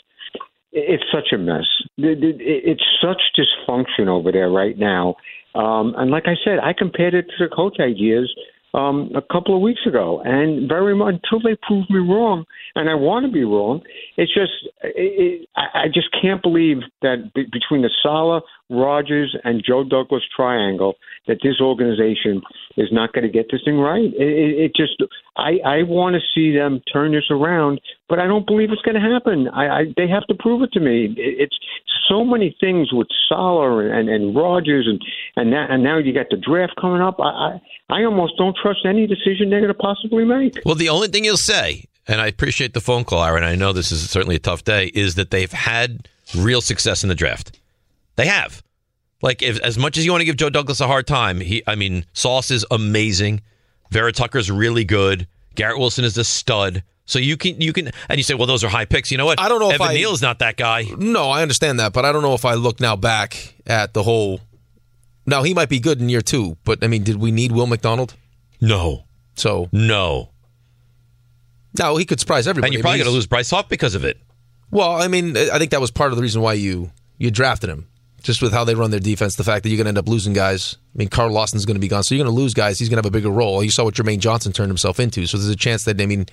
[SPEAKER 8] It's such a mess. It- it- It's such dysfunction over there right now. Um, and like I said, I compared it to the coach ideas um, a couple of weeks ago, and very much until they prove me wrong, and I want to be wrong. It's just it, it, I I just can't believe that be, between the Sala, Rogers, and Joe Douglas triangle, that this organization is not going to get this thing right. It, it, it just I I want to see them turn this around, but I don't believe it's going to happen. I, I they have to prove it to me. It, it's so many things with Sala and, and, and Rogers and and that, and now you got the draft coming up. I, I I almost don't trust any decision they're going to possibly make.
[SPEAKER 3] Well, the only thing you'll say, and I appreciate the phone call, Ira, and I know this is certainly a tough day, is that they've had real success in the draft. They have. Like, if, as much as you want to give Joe Douglas a hard time, he, I mean, Sauce is amazing. Vera Tucker's really good. Garrett Wilson is a stud. So you can, you can, and you say, well, those are high picks. You know what?
[SPEAKER 4] I don't know if
[SPEAKER 3] Evan
[SPEAKER 4] I-
[SPEAKER 3] Neal's not that guy.
[SPEAKER 4] No, I understand that, but I don't know if I look now back at the whole. Now he might be good in year two, but I mean, did we need Will McDonald?
[SPEAKER 3] No,
[SPEAKER 4] So
[SPEAKER 3] no.
[SPEAKER 4] now he could surprise everybody.
[SPEAKER 3] And you're
[SPEAKER 4] I mean,
[SPEAKER 3] probably going to
[SPEAKER 4] he's-
[SPEAKER 3] lose Bryce Hoff because of it.
[SPEAKER 4] Well, I mean, I think that was part of the reason why you you drafted him just with how they run their defense, the fact that you're going to end up losing guys. I mean, Carl Lawson's going to be gone, so you're going to lose guys. He's going to have a bigger role. You saw what Jermaine Johnson turned himself into, so there's a chance that I mean,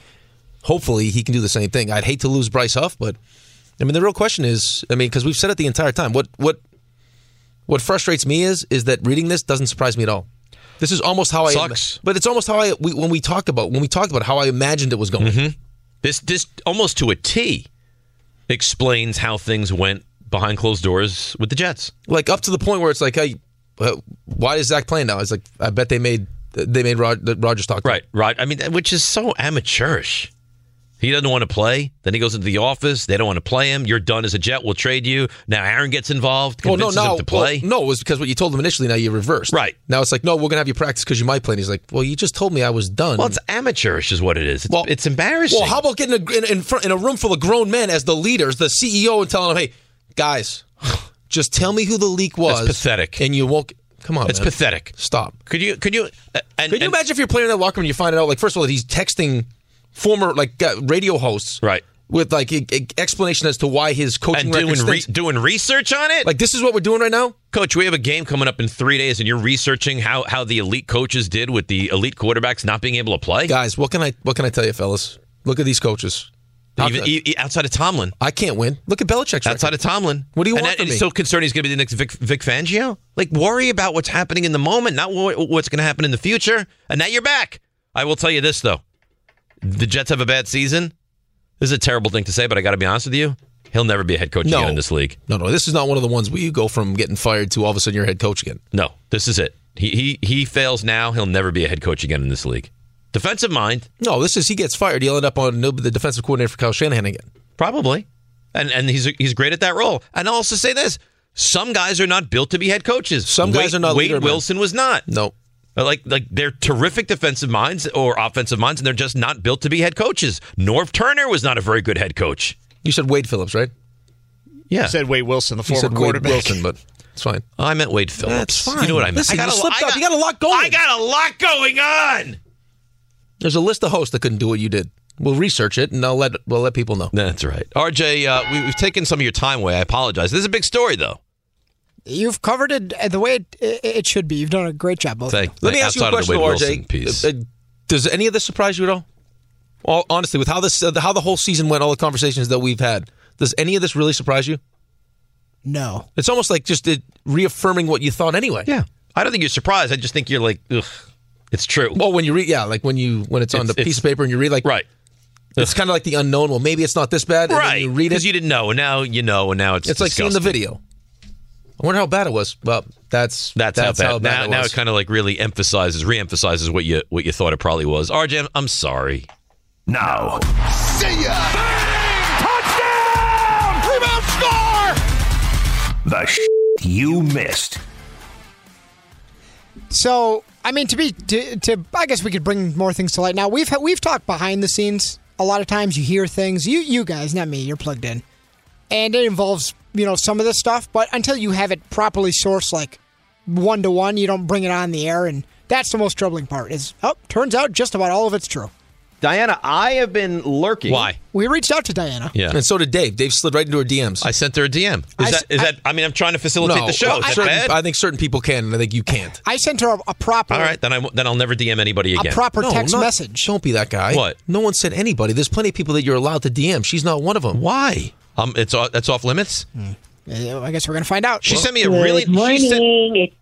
[SPEAKER 4] hopefully he can do the same thing. I'd hate to lose Bryce Huff, but I mean, the real question is, I mean, because we've said it the entire time. What what what frustrates me is is that reading this doesn't surprise me at all. This is almost how I,
[SPEAKER 3] Sucks.
[SPEAKER 4] but it's almost how I we, when we talked about when we talked about how I imagined it was going.
[SPEAKER 3] This this almost to a T explains how things went behind closed doors with the Jets.
[SPEAKER 4] like up to the point where it's like, hey, uh, why is Zach playing now? It's like I bet they made they made Rod, that Rogers talk. to him.
[SPEAKER 3] Right, right. I mean, which is so amateurish. He doesn't want to play. Then he goes into the office. They don't want to play him. You're done as a Jet. We'll trade you. Now Aaron gets involved.
[SPEAKER 4] Well, no,
[SPEAKER 3] Convinces
[SPEAKER 4] now
[SPEAKER 3] him to play.
[SPEAKER 4] well, no, it was because what you told them initially. Now you reversed.
[SPEAKER 3] Right.
[SPEAKER 4] now it's like, no, we're gonna have you practice because you might play. And he's like, well, you just told me I was done.
[SPEAKER 3] Well, it's amateurish, is what it is. It's,
[SPEAKER 4] Well-
[SPEAKER 3] it's embarrassing.
[SPEAKER 4] Well, how about getting a, in, in front in a room full of grown men as the leaders, the CEO, and telling them, hey, guys, just tell me who the leak was.
[SPEAKER 3] pathetic.
[SPEAKER 4] And you won't. Come on,
[SPEAKER 3] it's
[SPEAKER 4] man.
[SPEAKER 3] pathetic.
[SPEAKER 4] Stop.
[SPEAKER 3] Could you? Could you? uh, and,
[SPEAKER 4] Could you
[SPEAKER 3] and-
[SPEAKER 4] imagine if you're playing in that locker room and you find out, like, first of all, that he's texting former like uh, radio hosts,
[SPEAKER 3] Right.
[SPEAKER 4] with like e- e- explanation as to why his coaching
[SPEAKER 3] and doing
[SPEAKER 4] record
[SPEAKER 3] re-
[SPEAKER 4] stinks.
[SPEAKER 3] doing research on it?
[SPEAKER 4] like this is what we're doing right now.
[SPEAKER 3] Coach, we have a game coming up in three days, and you're researching how, how the elite coaches did with the elite quarterbacks not being able to play,
[SPEAKER 4] Guys, what can I what can I tell you, fellas? Look at these coaches. How
[SPEAKER 3] even,
[SPEAKER 4] can-
[SPEAKER 3] e- e- outside of Tomlin.
[SPEAKER 4] I can't win. Look at Belichick's
[SPEAKER 3] Outside of
[SPEAKER 4] record.
[SPEAKER 3] Tomlin,
[SPEAKER 4] What do you
[SPEAKER 3] and
[SPEAKER 4] want
[SPEAKER 3] that-
[SPEAKER 4] from
[SPEAKER 3] it's
[SPEAKER 4] me?
[SPEAKER 3] so concerned he's going to be the next Vic, Vic Fangio. Like, worry about what's happening in the moment, not wha- what's going to happen in the future. And now you're back. I will tell you this though: the Jets have a bad season. This is a terrible thing to say, but I got to be honest with you. He'll never be a head coach
[SPEAKER 4] No.
[SPEAKER 3] again in this league.
[SPEAKER 4] no, no, this is not one of the ones where you go from getting fired to all of a sudden you're head coach again.
[SPEAKER 3] No, this is it. He he he fails now. He'll never be a head coach again in this league. Defensive mind,
[SPEAKER 4] No, this is he gets fired. He'll end up on the defensive coordinator for Kyle Shanahan again.
[SPEAKER 3] probably, and and he's he's great at that role. And I'll also say this: some guys are not built to be head coaches.
[SPEAKER 4] Some guys
[SPEAKER 3] Wade-
[SPEAKER 4] are not
[SPEAKER 3] Wade
[SPEAKER 4] leader men.
[SPEAKER 3] Wilson was not.
[SPEAKER 4] No,
[SPEAKER 3] Uh, Like like they're terrific defensive minds or offensive minds, and they're just not built to be head coaches. Norv Turner was not a very good head coach.
[SPEAKER 4] you said Wade Phillips, right?
[SPEAKER 3] Yeah,
[SPEAKER 7] said Wade Wilson, the
[SPEAKER 4] You
[SPEAKER 7] former
[SPEAKER 4] said Wade
[SPEAKER 7] quarterback.
[SPEAKER 4] Wilson, but it's fine.
[SPEAKER 3] Oh, I meant Wade Phillips.
[SPEAKER 4] That's
[SPEAKER 3] You know what I
[SPEAKER 4] fine.
[SPEAKER 3] meant?
[SPEAKER 4] Listen,
[SPEAKER 3] I got
[SPEAKER 4] you
[SPEAKER 3] a,
[SPEAKER 4] slipped
[SPEAKER 3] I
[SPEAKER 4] up. You got a lot going.
[SPEAKER 3] I got a lot going on.
[SPEAKER 4] There's a list of hosts that couldn't do what you did. We'll research it and I'll let we'll let people know.
[SPEAKER 3] That's right. RJ, uh, we, we've taken some of your time away. I apologize. This is a big story, though.
[SPEAKER 9] You've covered it uh, the way it, it, it should be. You've done a great job, both. of
[SPEAKER 3] Thank,
[SPEAKER 4] Let me ask you a
[SPEAKER 3] outside of the
[SPEAKER 4] question,
[SPEAKER 3] Wade
[SPEAKER 4] though,
[SPEAKER 3] Wilson
[SPEAKER 4] RJ.
[SPEAKER 3] piece.
[SPEAKER 4] Uh, uh, Does any of this surprise you at all? All honestly, with how this, uh, how the whole season went, all the conversations that we've had, does any of this really surprise you?
[SPEAKER 9] you. No.
[SPEAKER 4] It's almost like just it reaffirming what you thought anyway.
[SPEAKER 3] yeah, I don't think you're surprised. I just think you're like, ugh, it's true.
[SPEAKER 4] Well, when you read, yeah, like when you when it's on
[SPEAKER 3] It's-
[SPEAKER 4] the piece
[SPEAKER 3] it's-
[SPEAKER 4] of paper and you read, like
[SPEAKER 3] right,
[SPEAKER 4] it's kind of like the unknown. Well, maybe it's not this bad. And
[SPEAKER 3] right.
[SPEAKER 4] then you read it.
[SPEAKER 3] because you didn't know, and now you know, and now it's
[SPEAKER 4] it's like seeing the
[SPEAKER 3] disgusting.
[SPEAKER 4] video. I wonder how bad it was. Well, that's
[SPEAKER 3] That's, how bad. now,
[SPEAKER 4] it
[SPEAKER 3] now
[SPEAKER 4] was.
[SPEAKER 3] it kind of like really emphasizes, re-emphasizes what you what you thought it probably was. RJ, I'm- I'm sorry.
[SPEAKER 1] Now,
[SPEAKER 2] See ya! Touchdown! Rebound score!
[SPEAKER 1] the sh- you missed.
[SPEAKER 9] So, I mean, to be to, Uh, to I guess we could bring more things to light. Now we've ha- we've talked behind the scenes a lot of times. You hear things. You you guys, not me. You're plugged in, and it involves you know some of this stuff. But until you have it properly sourced, like one to one, you don't bring it on the air, and that's the most troubling part. Is oh, turns out just about all of it's true.
[SPEAKER 10] Diana, I have been lurking.
[SPEAKER 3] Why?
[SPEAKER 9] We reached out to Diana.
[SPEAKER 3] Yeah,
[SPEAKER 4] and so did Dave. Dave slid right into her DMs.
[SPEAKER 3] I sent her a DM. Is
[SPEAKER 9] I
[SPEAKER 3] that
[SPEAKER 9] s-
[SPEAKER 3] is
[SPEAKER 9] I-
[SPEAKER 3] that? I mean, I'm trying to facilitate the show.
[SPEAKER 4] Well,
[SPEAKER 3] Is that
[SPEAKER 4] certain-
[SPEAKER 3] bad?
[SPEAKER 4] I think certain people can, and I think you can't.
[SPEAKER 9] I sent her a, a proper
[SPEAKER 3] All right, then I won't- then I'll never DM anybody
[SPEAKER 9] a
[SPEAKER 3] again.
[SPEAKER 9] proper text
[SPEAKER 4] not-
[SPEAKER 9] message.
[SPEAKER 4] Don't be that guy.
[SPEAKER 3] What?
[SPEAKER 4] No one said anybody. There's plenty of people that you're allowed to DM. She's not one of them.
[SPEAKER 3] Why? Um, it's o- that's off limits.
[SPEAKER 9] Uh, I guess we're gonna find out.
[SPEAKER 3] She sent me a really she sent,
[SPEAKER 11] It's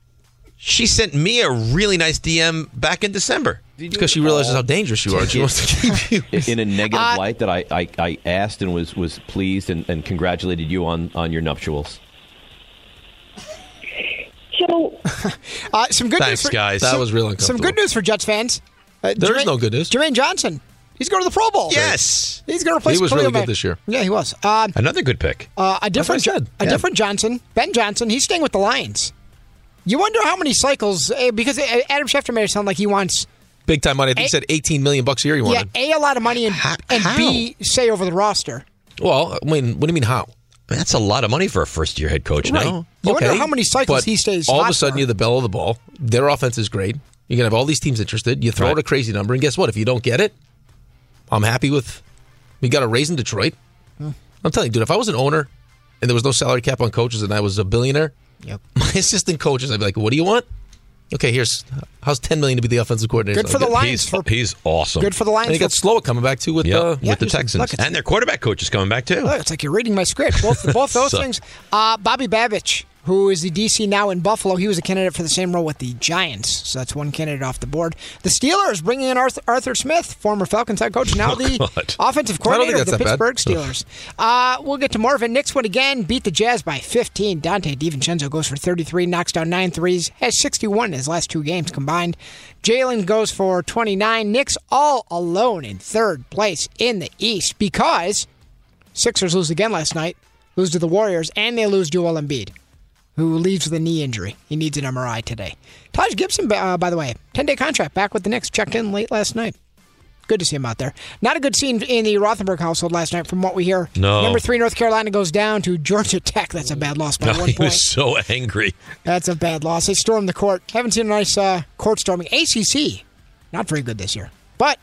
[SPEAKER 3] she sent me a really nice DM back in December.
[SPEAKER 4] Because she realizes how dangerous you are. She wants to keep you.
[SPEAKER 10] In a negative light that I, I, I asked and was, was pleased and, and congratulated you on, on your nuptials.
[SPEAKER 11] so
[SPEAKER 9] Uh, some good
[SPEAKER 3] Thanks,
[SPEAKER 9] news for,
[SPEAKER 3] guys.
[SPEAKER 4] That was real
[SPEAKER 9] Some
[SPEAKER 4] uncomfortable.
[SPEAKER 9] good news for Jets fans. Uh,
[SPEAKER 4] There is no good news.
[SPEAKER 9] Jermaine Johnson. He's going to the Pro Bowl.
[SPEAKER 3] Yes,
[SPEAKER 9] He's going to replace
[SPEAKER 4] He was
[SPEAKER 9] Khalil
[SPEAKER 4] really good
[SPEAKER 9] Mack.
[SPEAKER 4] this year.
[SPEAKER 9] Yeah, he was. Um,
[SPEAKER 3] another good pick.
[SPEAKER 9] uh, a different,
[SPEAKER 4] That's what I said.
[SPEAKER 9] a
[SPEAKER 4] Yeah.
[SPEAKER 9] different Johnson, Ben Johnson. He's staying with the Lions. You wonder how many cycles eh, because eh, Adam Schefter made it sound like he wants
[SPEAKER 4] Big time money. I think he said 18 million bucks a year. You
[SPEAKER 9] yeah
[SPEAKER 4] wanted.
[SPEAKER 9] a a lot of money and and b say over the roster.
[SPEAKER 4] Well, I mean, what do you mean how?
[SPEAKER 3] That's a lot of money for a first year head coach. No,
[SPEAKER 9] You wonder how many cycles
[SPEAKER 4] but
[SPEAKER 9] he stays
[SPEAKER 4] All of
[SPEAKER 9] hot
[SPEAKER 4] a sudden,
[SPEAKER 9] for.
[SPEAKER 4] you're the bell of the ball. Their offense is great. You're gonna have all these teams interested. You throw out a crazy number, and guess what? If you don't get it, I'm happy with. We got a raise in
[SPEAKER 9] Hmm.
[SPEAKER 4] Detroit. I'm telling you, dude. If I was an owner and there was no salary cap on coaches, and I was a billionaire,
[SPEAKER 9] Yep.
[SPEAKER 4] My assistant coaches, I'd be like, "What do you want? Okay, here's how's ten million to be the offensive coordinator.
[SPEAKER 9] Good for the Lions
[SPEAKER 3] He's, he's awesome.
[SPEAKER 9] Good for the Lions
[SPEAKER 4] And he got
[SPEAKER 9] for-
[SPEAKER 4] slower coming back too with
[SPEAKER 3] Yep,
[SPEAKER 4] uh,
[SPEAKER 3] with the Texans.
[SPEAKER 9] buckets.
[SPEAKER 3] And their quarterback coach is coming back, too.
[SPEAKER 9] Look, it's like you're reading my script. Both, both those
[SPEAKER 3] So-
[SPEAKER 9] things. Uh, Bobby Babich, who is the DC now in Buffalo, he was a candidate for the same role with the Giants. So that's one candidate off the board. The Steelers bringing in Arthur, Arthur Smith, former Falcons head coach, now
[SPEAKER 4] Oh,
[SPEAKER 9] the
[SPEAKER 4] God.
[SPEAKER 9] offensive
[SPEAKER 4] I don't think
[SPEAKER 9] coordinator of the
[SPEAKER 4] that's that bad.
[SPEAKER 9] Pittsburgh Steelers. Uh, we'll get to Marvin. Knicks win again, beat the Jazz by 15. Dante DiVincenzo goes for 33, knocks down nine threes, has 61 in his last two games combined. Jalen goes for 29. Knicks all alone in third place in the East because Sixers lose again last night, lose to the Warriors, and they lose Joel Embiid, who leaves with a knee injury. He needs an MRI today. Taj Gibson, uh, by the way, 10 day contract back with the Knicks, checked in late last night. Good to see him out there. Not a good scene in the Rothenberg household last night, from what we hear.
[SPEAKER 3] No.
[SPEAKER 9] Number three, North Carolina goes down to Georgia Tech. That's a bad loss by
[SPEAKER 3] No,
[SPEAKER 9] one
[SPEAKER 3] he
[SPEAKER 9] point.
[SPEAKER 3] was so angry.
[SPEAKER 9] That's a bad loss. They stormed the court. Haven't seen a nice uh, court storming. ACC, not very good this year. But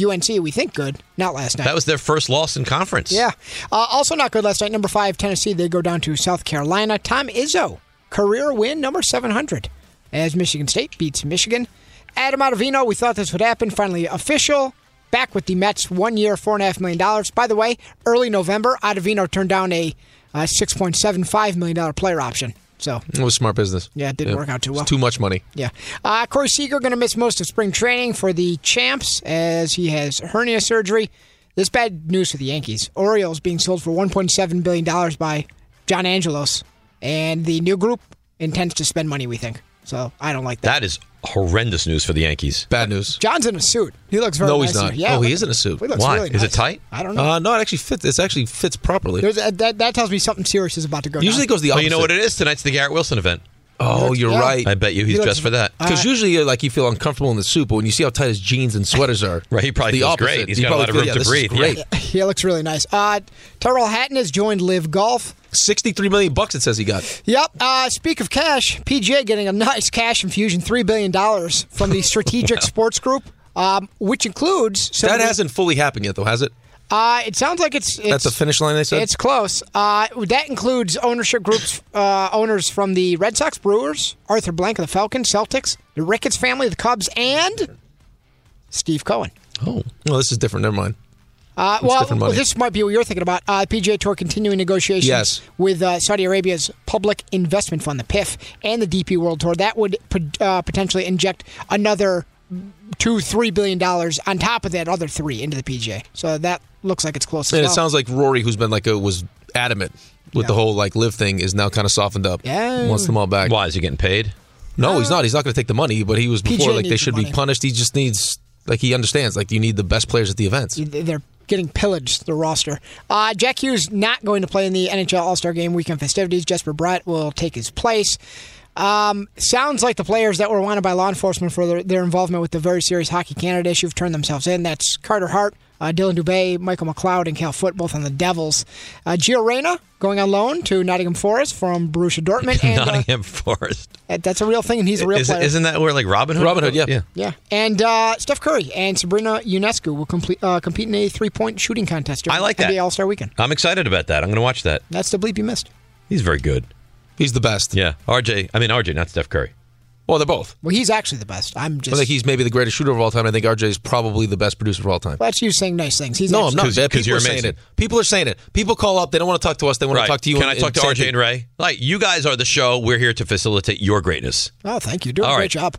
[SPEAKER 9] UNC, we think good. Not last night.
[SPEAKER 3] That was their first loss in conference.
[SPEAKER 9] Yeah. Uh, also not good last night. Number five, Tennessee. They go down to South Carolina. Tom Izzo, career win number 700 as Michigan State beats Michigan. Adam Ottavino, we thought this would happen. Finally official. Back with the Mets, one year, $4.5 million. By the way, early November, Ottavino turned down a uh, $6.75 million player option. So
[SPEAKER 4] It was smart business.
[SPEAKER 9] Yeah, it didn't work out too
[SPEAKER 4] It's
[SPEAKER 9] well.
[SPEAKER 4] too much money.
[SPEAKER 9] yeah. Uh, Corey Seager going to miss most of spring training for the champs as he has hernia surgery. This bad news for the Yankees. Orioles being sold for $1.7 billion by John Angelos. And the new group intends to spend money, we think. So I don't like that.
[SPEAKER 3] That is horrendous news for the Yankees.
[SPEAKER 4] Bad news.
[SPEAKER 9] John's in a suit. He looks very
[SPEAKER 4] No,
[SPEAKER 9] nice
[SPEAKER 4] he's not.
[SPEAKER 9] in it. Yeah,
[SPEAKER 4] oh, he
[SPEAKER 9] look
[SPEAKER 4] is
[SPEAKER 9] at-
[SPEAKER 4] in a suit.
[SPEAKER 9] he looks
[SPEAKER 4] Why?
[SPEAKER 9] really
[SPEAKER 4] Is it
[SPEAKER 9] nice.
[SPEAKER 4] tight?
[SPEAKER 9] I don't know.
[SPEAKER 4] Uh, no, it actually fits. It actually fits properly.
[SPEAKER 9] There's a- that, that tells me something serious is about to go
[SPEAKER 4] Usually it
[SPEAKER 9] down.
[SPEAKER 4] goes the
[SPEAKER 3] Well,
[SPEAKER 4] opposite.
[SPEAKER 3] you know what it is? Tonight's the Garrett Wilson event.
[SPEAKER 4] Oh, you're
[SPEAKER 9] yeah.
[SPEAKER 4] right.
[SPEAKER 3] I bet you he's
[SPEAKER 9] looks-
[SPEAKER 3] dressed for that.
[SPEAKER 4] Because usually, you're like you feel uncomfortable in the suit, but when you see how tight his jeans and sweaters are,
[SPEAKER 3] Right, he probably
[SPEAKER 4] it's the
[SPEAKER 3] feels
[SPEAKER 4] opposite.
[SPEAKER 3] great. He's
[SPEAKER 4] You
[SPEAKER 3] got a lot
[SPEAKER 4] probably
[SPEAKER 3] of room
[SPEAKER 4] feel, yeah,
[SPEAKER 3] to
[SPEAKER 4] this is
[SPEAKER 3] breathe.
[SPEAKER 4] Great.
[SPEAKER 3] Yeah.
[SPEAKER 9] He looks really nice. Uh, Terrell Hatton has joined Live Golf.
[SPEAKER 4] Sixty-three million bucks. It says he got.
[SPEAKER 9] Yep. Uh, speak of cash, PGA getting a nice cash infusion, three billion dollars from the Strategic Sports Group, um, which includes. some
[SPEAKER 4] that
[SPEAKER 9] of the-
[SPEAKER 4] hasn't fully happened yet, though, has it?
[SPEAKER 9] Uh, it sounds like it's. it's
[SPEAKER 4] That's the finish line. They said
[SPEAKER 9] It's close. Uh, that includes ownership groups, uh, owners from the Red Sox, Brewers, Arthur Blank of the Falcons, Celtics, the Ricketts family, the Cubs, and Steve Cohen.
[SPEAKER 4] Oh, well, this is different. Never mind.
[SPEAKER 9] Uh, well,
[SPEAKER 4] different money.
[SPEAKER 9] this might be what you're thinking about. Uh, PGA Tour continuing negotiations
[SPEAKER 4] Yes.
[SPEAKER 9] with uh, Saudi Arabia's Public Investment Fund, the PIF, and the DP World Tour. That would pot- uh, potentially inject another two, three billion dollars on top of that other three into the PGA. So that looks like it's close. as
[SPEAKER 4] And it
[SPEAKER 9] well.
[SPEAKER 4] sounds like Rory, who's been like a, was adamant with the whole like live thing, is now kind of softened up.
[SPEAKER 9] Yeah.
[SPEAKER 4] wants them all back.
[SPEAKER 3] Why is he getting paid?
[SPEAKER 4] No, he's not. He's not going to take the money. But he was before like
[SPEAKER 9] PGA
[SPEAKER 4] they
[SPEAKER 9] needs the
[SPEAKER 4] should be
[SPEAKER 9] money.
[SPEAKER 4] punished. He just needs like he understands like you need the best players at the events.
[SPEAKER 9] they're getting pillaged the roster. Uh, Jack Hughes not going to play in the NHL All Star Game weekend festivities. Jesper Bratt will take his place. Um, sounds like the players that were wanted by law enforcement for their, their involvement with the very serious Hockey Canada issue have turned themselves in. That's Carter Hart, uh, Dylan Dubé, Michael McLeod, and Cal Foot, both on the Devils. Uh, Gio Reyna going on loan to Nottingham Forest from Borussia Dortmund. And, uh,
[SPEAKER 3] Nottingham Forest.
[SPEAKER 9] that's a real thing, and he's a real
[SPEAKER 3] Is,
[SPEAKER 9] player.
[SPEAKER 3] isn't that where like Robin Hood?
[SPEAKER 4] Robin Hood, yeah.
[SPEAKER 3] yeah.
[SPEAKER 9] yeah, and uh, Steph Curry and Sabrina Ionescu will complete, uh, compete in a three-point shooting contest during
[SPEAKER 3] I like that.
[SPEAKER 9] NBA All-Star Weekend.
[SPEAKER 3] I'm excited about that. I'm going to watch that.
[SPEAKER 9] That's the bleep you missed.
[SPEAKER 3] He's very good.
[SPEAKER 4] He's the best.
[SPEAKER 3] Yeah, RJ. I mean RJ, not Steph Curry.
[SPEAKER 4] Well, they're both.
[SPEAKER 9] Well, he's actually the best. I'm just.
[SPEAKER 4] I think he's maybe the greatest shooter of all time. I think RJ is probably the best producer of all time.
[SPEAKER 9] Well, that's you saying nice things. He's
[SPEAKER 4] No, I'm
[SPEAKER 9] actually-
[SPEAKER 4] not.
[SPEAKER 3] 'Cause-
[SPEAKER 4] People
[SPEAKER 3] 'cause you're
[SPEAKER 4] are saying
[SPEAKER 3] amazing.
[SPEAKER 4] it. People are saying it. People call up. They don't want to talk to us. They want to talk to you.
[SPEAKER 3] Can
[SPEAKER 4] and-
[SPEAKER 3] I talk
[SPEAKER 4] and
[SPEAKER 3] to
[SPEAKER 4] say
[SPEAKER 3] RJ
[SPEAKER 4] things.
[SPEAKER 3] and Ray? Like you guys are the show. We're here to facilitate your greatness.
[SPEAKER 9] Oh, thank you. Doing
[SPEAKER 3] All
[SPEAKER 9] a
[SPEAKER 3] right.
[SPEAKER 9] great job.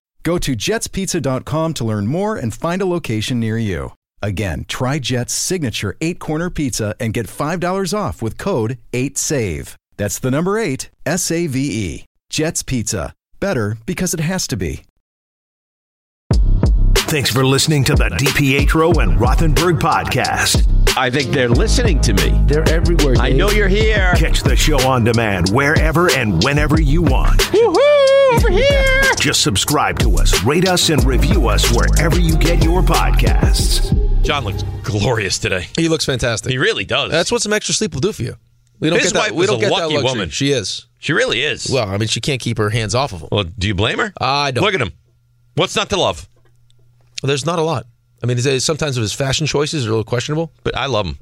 [SPEAKER 11] Go to jetspizza.com to learn more and find a location near you. Again, try Jet's signature eight corner pizza and get $5 off with code 8SAVE. That's the number eight, S A V E. Jet's Pizza. Better because it has to be.
[SPEAKER 1] Thanks for listening to the DiPietro and Rothenberg podcast. I think they're listening to me. They're everywhere.
[SPEAKER 12] I Dave. know you're here.
[SPEAKER 1] Catch the show on demand wherever and whenever you want.
[SPEAKER 12] Woohoo! Over here.
[SPEAKER 1] Just subscribe to us, rate us, and review us wherever you get your podcasts.
[SPEAKER 3] John looks glorious today.
[SPEAKER 4] He looks fantastic.
[SPEAKER 3] He really does.
[SPEAKER 4] That's what some extra sleep will do for you. We don't
[SPEAKER 3] His
[SPEAKER 4] get
[SPEAKER 3] wife
[SPEAKER 4] that, we
[SPEAKER 3] was
[SPEAKER 4] don't
[SPEAKER 3] a
[SPEAKER 4] get that
[SPEAKER 3] lucky
[SPEAKER 4] luxury.
[SPEAKER 3] woman.
[SPEAKER 4] She is.
[SPEAKER 3] She really is.
[SPEAKER 4] Well, I mean, she can't keep her hands off of him.
[SPEAKER 3] Well, do you blame her?
[SPEAKER 4] I don't.
[SPEAKER 3] Look at him. What's not to love?
[SPEAKER 4] There's not a lot. I mean, is it- sometimes of his fashion choices are a little questionable,
[SPEAKER 3] but I love him.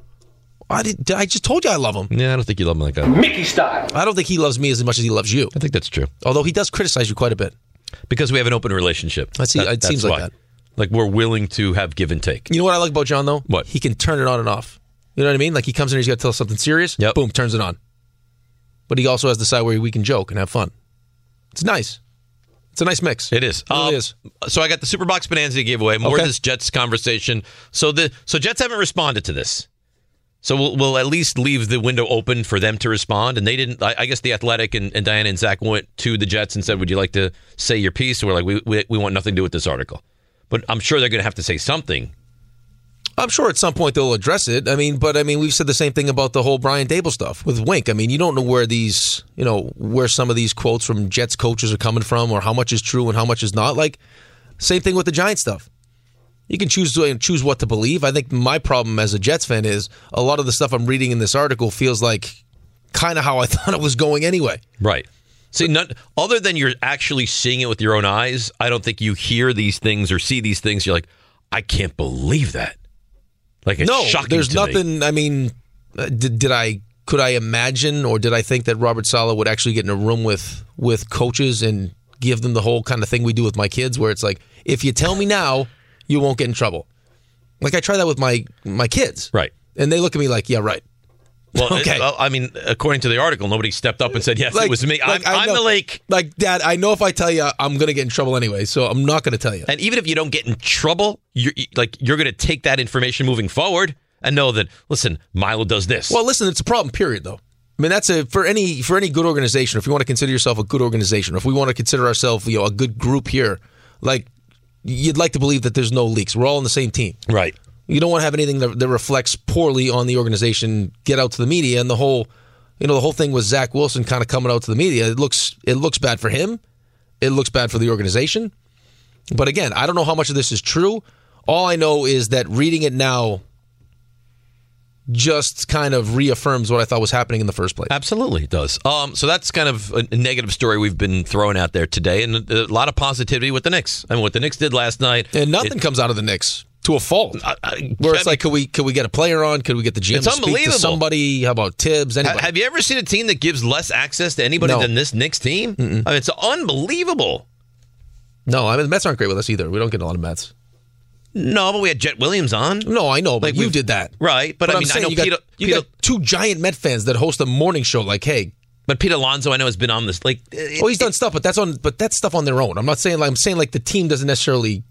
[SPEAKER 4] I did. I just told you I love him.
[SPEAKER 3] Yeah, I don't think you love him like that.
[SPEAKER 4] Mickey style. I don't think he loves me as much as he loves you.
[SPEAKER 3] I think that's true.
[SPEAKER 4] Although he does criticize you quite a bit.
[SPEAKER 3] Because we have an open relationship.
[SPEAKER 4] I see- it seems
[SPEAKER 3] that's
[SPEAKER 4] like
[SPEAKER 3] why.
[SPEAKER 4] that.
[SPEAKER 3] Like we're willing to have give and take.
[SPEAKER 4] You know what I like about John though? What he can turn it on and off. You know what I mean? Like he comes in, he's got to tell us something serious. Yeah. Boom, turns it on. But he also has the side where we can joke and have fun. It's nice. It's a nice mix.
[SPEAKER 3] It is.
[SPEAKER 4] really
[SPEAKER 3] Um,
[SPEAKER 4] is.
[SPEAKER 3] So I got the Superbox Bonanza giveaway. More
[SPEAKER 4] Okay.
[SPEAKER 3] of this Jets conversation. So the so Jets haven't responded to this. So we'll, we'll at least leave the window open for them to respond. And they didn't. I, I guess the Athletic and, and Diana and Zach went to the Jets and said, "Would you like to say your piece?" And we're like, "We we, we want nothing to do with this article." But I'm sure they're going to have to say something.
[SPEAKER 4] I'm sure at some point they'll address it. I mean, but I mean, we've said the same thing about the whole Brian Dable stuff with Wink. I mean, you don't know where these, you know, where some of these quotes from Jets coaches are coming from, or how much is true and how much is not. Like, same thing with the Giant stuff. You can choose choose what to believe. I think my problem as a Jets fan is a lot of the stuff I'm reading in this article feels like kind of how I thought it was going anyway.
[SPEAKER 3] Right. See, none, other than you're actually seeing it with your own eyes, I don't think you hear these things or see these things. You're like, I can't believe that. Like, it's
[SPEAKER 4] no,
[SPEAKER 3] shocking
[SPEAKER 4] there's
[SPEAKER 3] to me.
[SPEAKER 4] nothing. I mean, uh, did, did I could I imagine or did I think that Robert Sala would actually get in a room with with coaches and give them the whole kind of thing we do with my kids, where it's like, if you tell me now, you won't get in trouble. Like I try that with my my kids,
[SPEAKER 3] right?
[SPEAKER 4] And they look at me like, yeah, right.
[SPEAKER 3] Well,
[SPEAKER 4] Okay.
[SPEAKER 3] it- well, I mean, according to the article, nobody stepped up and said, "Yes, it was me."
[SPEAKER 4] like,
[SPEAKER 3] I'm,
[SPEAKER 4] I
[SPEAKER 3] I'm
[SPEAKER 4] know-
[SPEAKER 3] the lake.
[SPEAKER 4] Like, Dad, I know if I tell you, I'm gonna get in trouble anyway, so I'm not gonna tell you.
[SPEAKER 3] And even if you don't get in trouble, you're you- like you're going to take that information moving forward and know that. Listen, Milo does this.
[SPEAKER 4] Well, listen, it's a problem. Period, though. I mean, that's a for any for any good organization. If you want to consider yourself a good organization, or if we want to consider ourselves, you know, a good group here, like you'd like to believe that there's no leaks. We're all on the same team,
[SPEAKER 3] right?
[SPEAKER 4] You don't want to have anything that, that reflects poorly on the organization. Get out to the media, and the whole, you know, the whole thing with Zach Wilson kind of coming out to the media. It looks it looks bad for him. It looks bad for the organization. But again, I don't know how much of this is true. All I know is that reading it now just kind of reaffirms what I thought was happening in the first place.
[SPEAKER 3] Absolutely, it does. Um, so that's kind of a negative story we've been throwing out there today, and a lot of positivity with the Knicks. I mean, what the Knicks did last night,
[SPEAKER 4] And nothing comes out of the Knicks to a fault. Where it's like, could we could we get a player on? Could we get the GM
[SPEAKER 3] Uh, It's
[SPEAKER 4] to speak to
[SPEAKER 3] unbelievable.
[SPEAKER 4] somebody? How about Tibbs?
[SPEAKER 3] Ha-
[SPEAKER 4] Anybody?
[SPEAKER 3] Have you ever seen a team that gives less access to anybody
[SPEAKER 4] No.
[SPEAKER 3] than this Knicks team? I mean, it's unbelievable.
[SPEAKER 4] no, I mean the Mets aren't great with us either. We don't get a lot of Mets.
[SPEAKER 3] No, but we had Jet Williams on.
[SPEAKER 4] No, I know, but you
[SPEAKER 3] we've-
[SPEAKER 4] did that,
[SPEAKER 3] right? But, I
[SPEAKER 4] I'm
[SPEAKER 3] mean, I
[SPEAKER 4] saying
[SPEAKER 3] know
[SPEAKER 4] you got,
[SPEAKER 3] Pete,
[SPEAKER 4] you
[SPEAKER 3] Pete-
[SPEAKER 4] got two giant Met fans that host a morning show. Like, hey,
[SPEAKER 3] but Pete Alonso, I know has been on this. Like, it-
[SPEAKER 4] oh, he's done stuff, but that's on, but that's stuff on their own. I'm not saying like I'm saying like the team doesn't necessarily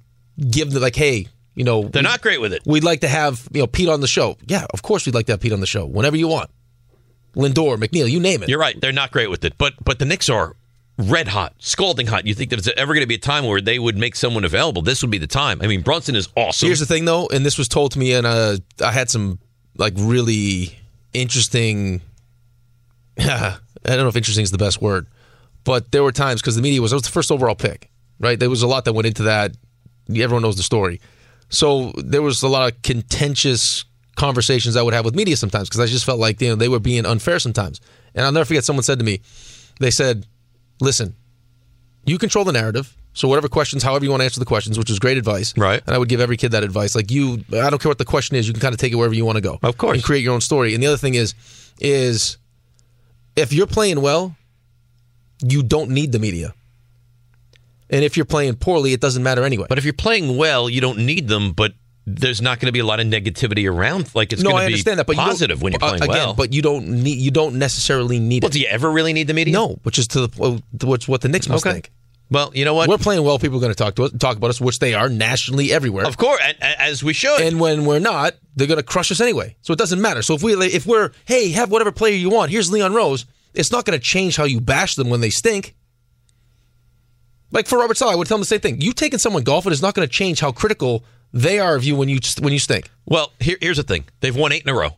[SPEAKER 4] give the like, hey, you know,
[SPEAKER 3] they're not great with it.
[SPEAKER 4] We'd like to have you know Pete on the show. Yeah, of course we'd like to have Pete on the show whenever you want. Lindor, McNeil, you name it.
[SPEAKER 3] You're right; they're not great with it. But but the Knicks are red hot, scalding hot. You think there's ever going to be a time where they would make someone available? This would be the time. I mean, Brunson is awesome.
[SPEAKER 4] Here's the thing, though, and this was told to me, and uh, I had some like really interesting. I don't know if interesting is the best word, but there were times because the media was that was the first overall pick, right? There was a lot that went into that. Everyone knows the story, so there was a lot of contentious conversations I would have with media sometimes because I just felt like you know they were being unfair sometimes, and I'll never forget someone said to me, they said, "Listen, you control the narrative, So whatever questions, however you want to answer the questions, which is great advice. Right. And I would give every kid that advice. Like you, I don't care what the question is. You can kind of take it wherever you want to go. Of course. And create your own story. And the other thing is, is if you're playing well, you don't need the media. And if you're playing poorly, it doesn't matter anyway.
[SPEAKER 3] But if you're playing well, you don't need them, but there's not going to be a lot of negativity around. Like it's
[SPEAKER 4] no,
[SPEAKER 3] going
[SPEAKER 4] I
[SPEAKER 3] to be
[SPEAKER 4] understand that, but you don't-
[SPEAKER 3] positive when you're
[SPEAKER 4] uh,
[SPEAKER 3] playing
[SPEAKER 4] again,
[SPEAKER 3] well.
[SPEAKER 4] But you don't need you don't necessarily need it. Well, do
[SPEAKER 3] you ever really need the media?
[SPEAKER 4] No, which is to the which what the Knicks must
[SPEAKER 3] Okay.
[SPEAKER 4] think.
[SPEAKER 3] Well, you know what?
[SPEAKER 4] We're playing well. People are going to talk to us, talk about us, which they are nationally everywhere. Of
[SPEAKER 3] course, as we should.
[SPEAKER 4] And when we're not, they're going to crush us anyway. So it doesn't matter. So if we if we're hey, have whatever player you want. Here's Leon Rose. It's not going to change how you bash them when they stink. Like for Robert Sala, I would tell him the same thing. You taking someone golfing is not going to change how critical they are of you when you when you stink.
[SPEAKER 3] Well, here, here's the thing: they've won eight in a row.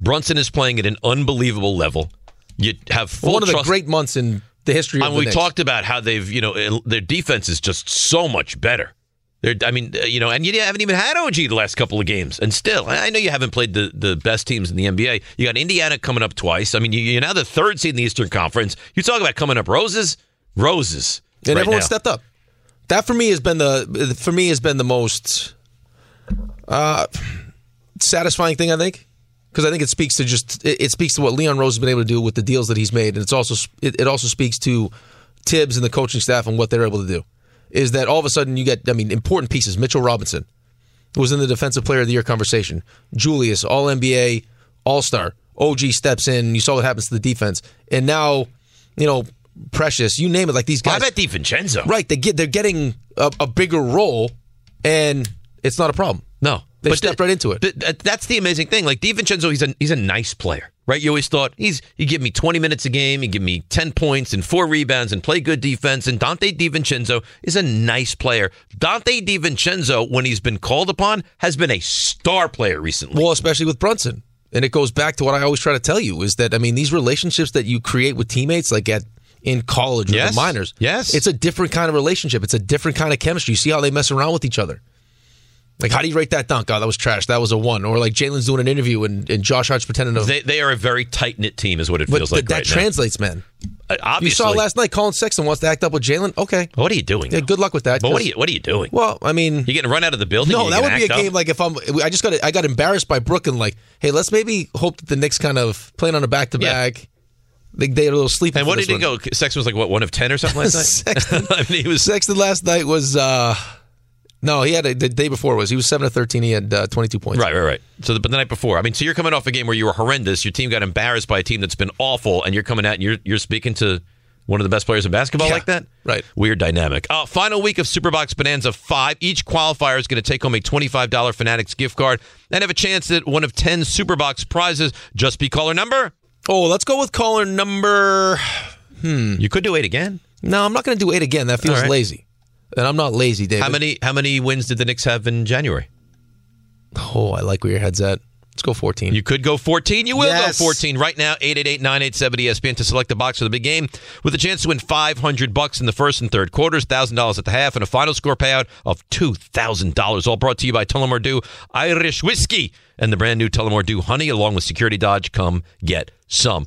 [SPEAKER 3] Brunson is playing at an unbelievable level. You have full
[SPEAKER 4] One of the
[SPEAKER 3] trust-
[SPEAKER 4] great months in the history. of
[SPEAKER 3] and
[SPEAKER 4] the
[SPEAKER 3] we
[SPEAKER 4] Knicks.
[SPEAKER 3] talked about how they've, you know, it- their defense is just so much better. They're, I mean, uh, you know, and you haven't even had OG the last couple of games, and still, I I know you haven't played the, the best teams in the NBA. You got Indiana coming up twice. I mean, you, you're now the third seed in the Eastern Conference. You talk about coming up roses, roses,
[SPEAKER 4] and
[SPEAKER 3] right
[SPEAKER 4] everyone
[SPEAKER 3] now.
[SPEAKER 4] stepped up. That for me has been the for me has been the most uh, satisfying thing I think because I think it speaks to just it, it speaks to what Leon Rose has been able to do with the deals that he's made, and it's also it, it also speaks to Tibbs and the coaching staff and what they're able to do. Is that all of a sudden you get I mean important pieces? Mitchell Robinson was in the Defensive Player of the Year conversation. Julius All NBA All Star. OG steps in. You saw what happens to the defense, and now you know Precious. You name it, like these guys.
[SPEAKER 3] I bet DiVincenzo.
[SPEAKER 4] Right. They get they're getting a, a bigger role, and it's not a problem.
[SPEAKER 3] No,
[SPEAKER 4] they stepped right into it.
[SPEAKER 3] Th- th- that's the amazing thing. Like Divincenzo, he's a he's a nice player, right? You always thought he's you give me twenty minutes a game, you give me ten points and four rebounds and play good defense. And Dante Divincenzo is a nice player. Dante Divincenzo, when he's been called upon, has been a star player recently.
[SPEAKER 4] Well, especially with Brunson. And it goes back to what I always try to tell you is that I mean these relationships that you create with teammates like at in college or
[SPEAKER 3] Yes.
[SPEAKER 4] the minors. Yes. It's a different kind of relationship. It's a different kind of chemistry. You see how they mess around with each other. Like how do you rate that dunk? Oh, that was trash. That was a one. Or like Jalen's doing an interview and, and Josh Hodge pretending to
[SPEAKER 3] They they are a very tight knit team, is what it
[SPEAKER 4] But
[SPEAKER 3] feels
[SPEAKER 4] th-
[SPEAKER 3] like.
[SPEAKER 4] that
[SPEAKER 3] right now.
[SPEAKER 4] translates, man.
[SPEAKER 3] Uh,
[SPEAKER 4] You
[SPEAKER 3] obviously,
[SPEAKER 4] saw last night Colin Sexton wants to act up with Jalen. Okay.
[SPEAKER 3] What are you doing?
[SPEAKER 4] Yeah, good luck with that.
[SPEAKER 3] But what are
[SPEAKER 4] 'cause-
[SPEAKER 3] you what are you doing?
[SPEAKER 4] Well, I mean,
[SPEAKER 3] you're getting run out of the building.
[SPEAKER 4] No,
[SPEAKER 3] You're
[SPEAKER 4] that would
[SPEAKER 3] gonna
[SPEAKER 4] be a
[SPEAKER 3] act up?
[SPEAKER 4] game like if I'm. I just got. I got embarrassed by Brooklyn. Like, hey, let's maybe hope that the Knicks kind of playing on a back to back. They they are a little sleepy.
[SPEAKER 3] And
[SPEAKER 4] for
[SPEAKER 3] what
[SPEAKER 4] this
[SPEAKER 3] did he
[SPEAKER 4] one.
[SPEAKER 3] go? Sexton was like what one of ten or something last night.
[SPEAKER 4] Sexton,
[SPEAKER 3] I mean, he was
[SPEAKER 4] Sexton last night was. uh No, he had a, the day before was he was seven to thirteen. He had uh, twenty two points.
[SPEAKER 3] Right, right, right. So, the, but the night before, I mean, so you're coming off a game where you were horrendous. Your team got embarrassed by a team that's been awful, and you're coming out and you're you're speaking to one of the best players in basketball like that. Right. Weird dynamic. Uh, final week of Superbox Bonanza Five. Each qualifier is going to take home a twenty-five dollar Fanatics gift card and have a chance at one of ten Superbox prizes. Just be caller number.
[SPEAKER 4] Oh, let's go with caller number. Hmm.
[SPEAKER 3] You could do eight again.
[SPEAKER 4] No, I'm not going to do eight again. That feels
[SPEAKER 3] All right.
[SPEAKER 4] lazy. And I'm not lazy, David.
[SPEAKER 3] How many how many wins did the Knicks have in January?
[SPEAKER 4] Oh, I like where your head's at. Let's go fourteen.
[SPEAKER 3] You could go 14. You will
[SPEAKER 4] Yes.
[SPEAKER 3] go 14 right now. 888-987-ESPN to select the box for the big game with a chance to win 500 bucks in the first and third quarters, $1,000 at the half, and a final score payout of $2,000. All brought to you by Tullamore Dew Irish Whiskey and the brand new Tullamore Dew Honey along with Security Dodge. Come get some.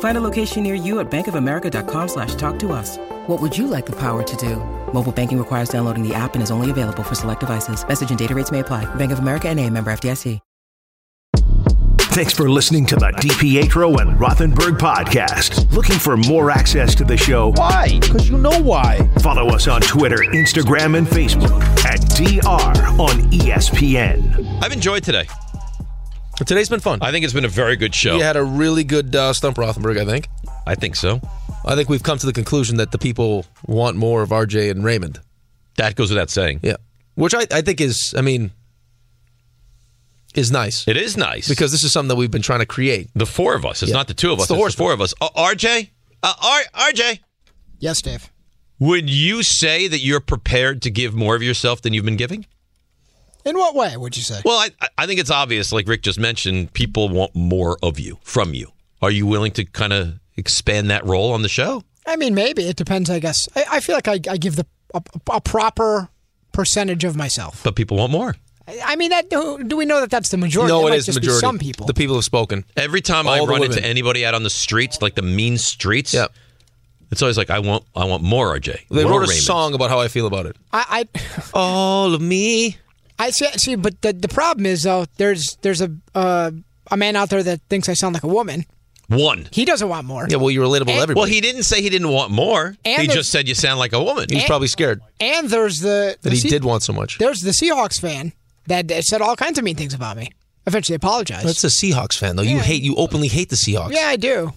[SPEAKER 13] Find a location near you at bankofamerica.com slash talk to us. What would you like the power to do? Mobile banking requires downloading the app and is only available for select devices. Message and data rates may apply. Bank of America and a member FDIC.
[SPEAKER 1] Thanks for listening to the DiPietro and Rothenberg podcast. Looking for more access to the show? Why? Because you know why. Follow us on Twitter, Instagram, and Facebook at DR on E ESPN.
[SPEAKER 3] I've enjoyed today. Today's been fun. I think it's been a very good show.
[SPEAKER 4] You had a really good uh, stump, Rothenberg. I think.
[SPEAKER 3] I think so.
[SPEAKER 4] I think we've come to the conclusion that the people want more of RJ and Raymond.
[SPEAKER 3] That goes without saying.
[SPEAKER 4] Yeah, which I, I think is, I mean, is nice.
[SPEAKER 3] It is nice
[SPEAKER 4] because this is something that we've been trying to create.
[SPEAKER 3] The four of us. It's not the two of us.
[SPEAKER 4] It's the
[SPEAKER 3] it's
[SPEAKER 4] horse.
[SPEAKER 3] four of us. Uh, RJ, uh, R- RJ,
[SPEAKER 9] Yes, Dave.
[SPEAKER 3] would you say that you're prepared to give more of yourself than you've been giving?
[SPEAKER 9] In what way would you say?
[SPEAKER 3] Well, I, I- I think it's obvious, like Rick just mentioned, people want more of you from you. Are you willing to kind of expand that role on the show?
[SPEAKER 9] I mean, maybe it depends. I guess I, I feel like I, I give the a, a proper percentage of myself.
[SPEAKER 3] But people want more.
[SPEAKER 9] I I mean, that do do we know that that's the majority?
[SPEAKER 4] no,
[SPEAKER 9] That
[SPEAKER 4] it
[SPEAKER 9] might
[SPEAKER 4] is the
[SPEAKER 9] just be
[SPEAKER 4] majority.
[SPEAKER 9] Some people.
[SPEAKER 4] The people have spoken.
[SPEAKER 3] Every time I
[SPEAKER 4] All the
[SPEAKER 3] run into
[SPEAKER 4] women.
[SPEAKER 3] anybody out on the streets, like the mean streets, it's always like I want I want more RJ.
[SPEAKER 4] They
[SPEAKER 3] more
[SPEAKER 4] wrote a
[SPEAKER 3] Raymond.
[SPEAKER 4] song about how I feel about it.
[SPEAKER 9] I, I all of me. I see, see but the, the problem is though, there's there's a uh, a man out there that thinks I sound like a woman.
[SPEAKER 3] One.
[SPEAKER 9] He doesn't want more.
[SPEAKER 4] Yeah, well, you're relatable to everybody.
[SPEAKER 3] Eh, Well, he didn't say he didn't want more.
[SPEAKER 9] And
[SPEAKER 3] he
[SPEAKER 9] there's-
[SPEAKER 3] just said you sound like a woman.
[SPEAKER 9] He was And- probably
[SPEAKER 4] scared
[SPEAKER 3] eh,
[SPEAKER 9] And there's the, the
[SPEAKER 4] that he
[SPEAKER 9] Se-
[SPEAKER 4] did want so much.
[SPEAKER 9] There's the Seahawks fan that that said all kinds of mean things about me. Eventually apologized.
[SPEAKER 4] That's a Seahawks fan though. You hate you openly hate the Seahawks.
[SPEAKER 9] yeah, I do.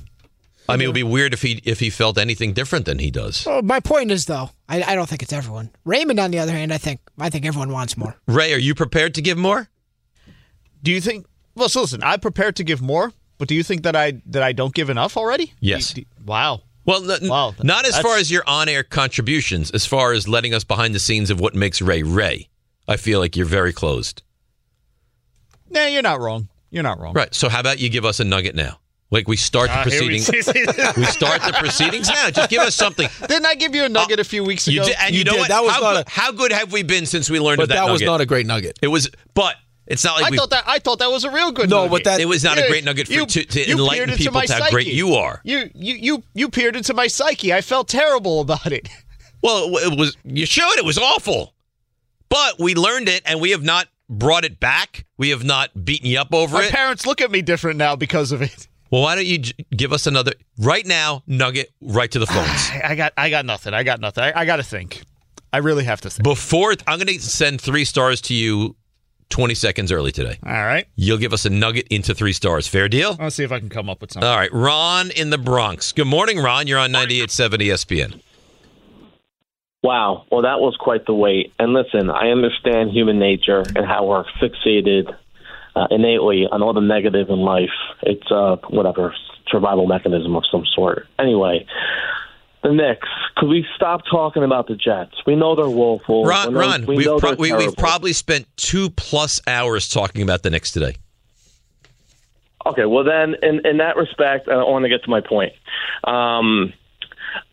[SPEAKER 3] I mean, it would be weird if he if he felt anything different than he does.
[SPEAKER 9] Well, Uh, my point is though, I, I don't think it's everyone. Raymond, on the other hand, I think I think everyone wants more.
[SPEAKER 3] Ray, are you prepared to give more?
[SPEAKER 7] Do you think? Well, so listen, I'm prepared to give more, but do you think that I that I don't give enough already?
[SPEAKER 3] Yes.
[SPEAKER 7] Do- do- wow.
[SPEAKER 3] Well, n-
[SPEAKER 7] wow.
[SPEAKER 3] Not as
[SPEAKER 7] That's-
[SPEAKER 3] far as your on-air contributions, as far as letting us behind the scenes of what makes Ray Ray. I feel like you're very closed.
[SPEAKER 7] Nah, you're not wrong. You're not wrong.
[SPEAKER 3] Right. So how about you give us a nugget now? Like we start the
[SPEAKER 7] Ah, here we-
[SPEAKER 3] proceedings. we start the proceedings now. Just give us something.
[SPEAKER 7] Didn't I give you a nugget a few weeks ago?
[SPEAKER 3] Uh, You did, and you, know what? how, good, how good have we been since we learned
[SPEAKER 4] But
[SPEAKER 3] of that?
[SPEAKER 4] that was
[SPEAKER 3] nugget?
[SPEAKER 4] not a great nugget.
[SPEAKER 3] It was, but it's not like
[SPEAKER 7] I
[SPEAKER 3] we.
[SPEAKER 7] thought that I thought that was a real good.
[SPEAKER 3] No,
[SPEAKER 7] nugget.
[SPEAKER 3] but that- It was not a great nugget for- to- to
[SPEAKER 7] peered
[SPEAKER 3] enlighten
[SPEAKER 7] into
[SPEAKER 3] people
[SPEAKER 7] my
[SPEAKER 3] to how great
[SPEAKER 7] psyche.
[SPEAKER 3] you are.
[SPEAKER 7] You you you you peered into my psyche. I felt terrible about it.
[SPEAKER 3] Well, it w- it was. You showed it was awful, but we learned it, and we have not brought it back. We have not beaten you up over
[SPEAKER 7] my
[SPEAKER 3] it.
[SPEAKER 7] parents look at me different now because of it.
[SPEAKER 3] Well, why don't you j- give us another right now nugget right to the phones?
[SPEAKER 7] I got I got nothing. I got nothing. I, I got to think. I really have to think.
[SPEAKER 3] Before I'm going to send three stars to you 20 seconds early today.
[SPEAKER 7] All right.
[SPEAKER 3] You'll give us a nugget into three stars. Fair deal?
[SPEAKER 7] I'll see if I can come up with something.
[SPEAKER 3] All right. Ron in the Bronx. Good morning, Ron. You're on 98.7 ESPN.
[SPEAKER 14] Wow. Well, that was quite the wait. And listen, I understand human nature and how we're fixated uh, innately on all the negative in life. It's uh, whatever survival mechanism of some sort. Anyway, the Knicks. Could we stop talking about the Jets? We know they're woeful.
[SPEAKER 3] Ron,
[SPEAKER 14] we know,
[SPEAKER 3] Ron,
[SPEAKER 14] Oh, we
[SPEAKER 3] we've,
[SPEAKER 14] know
[SPEAKER 3] pro-
[SPEAKER 14] they're
[SPEAKER 3] we, we've
[SPEAKER 14] terrible.
[SPEAKER 3] probably spent two plus hours talking about the Knicks today.
[SPEAKER 14] Okay, well then, in, in that respect, I want to get to my point. Um,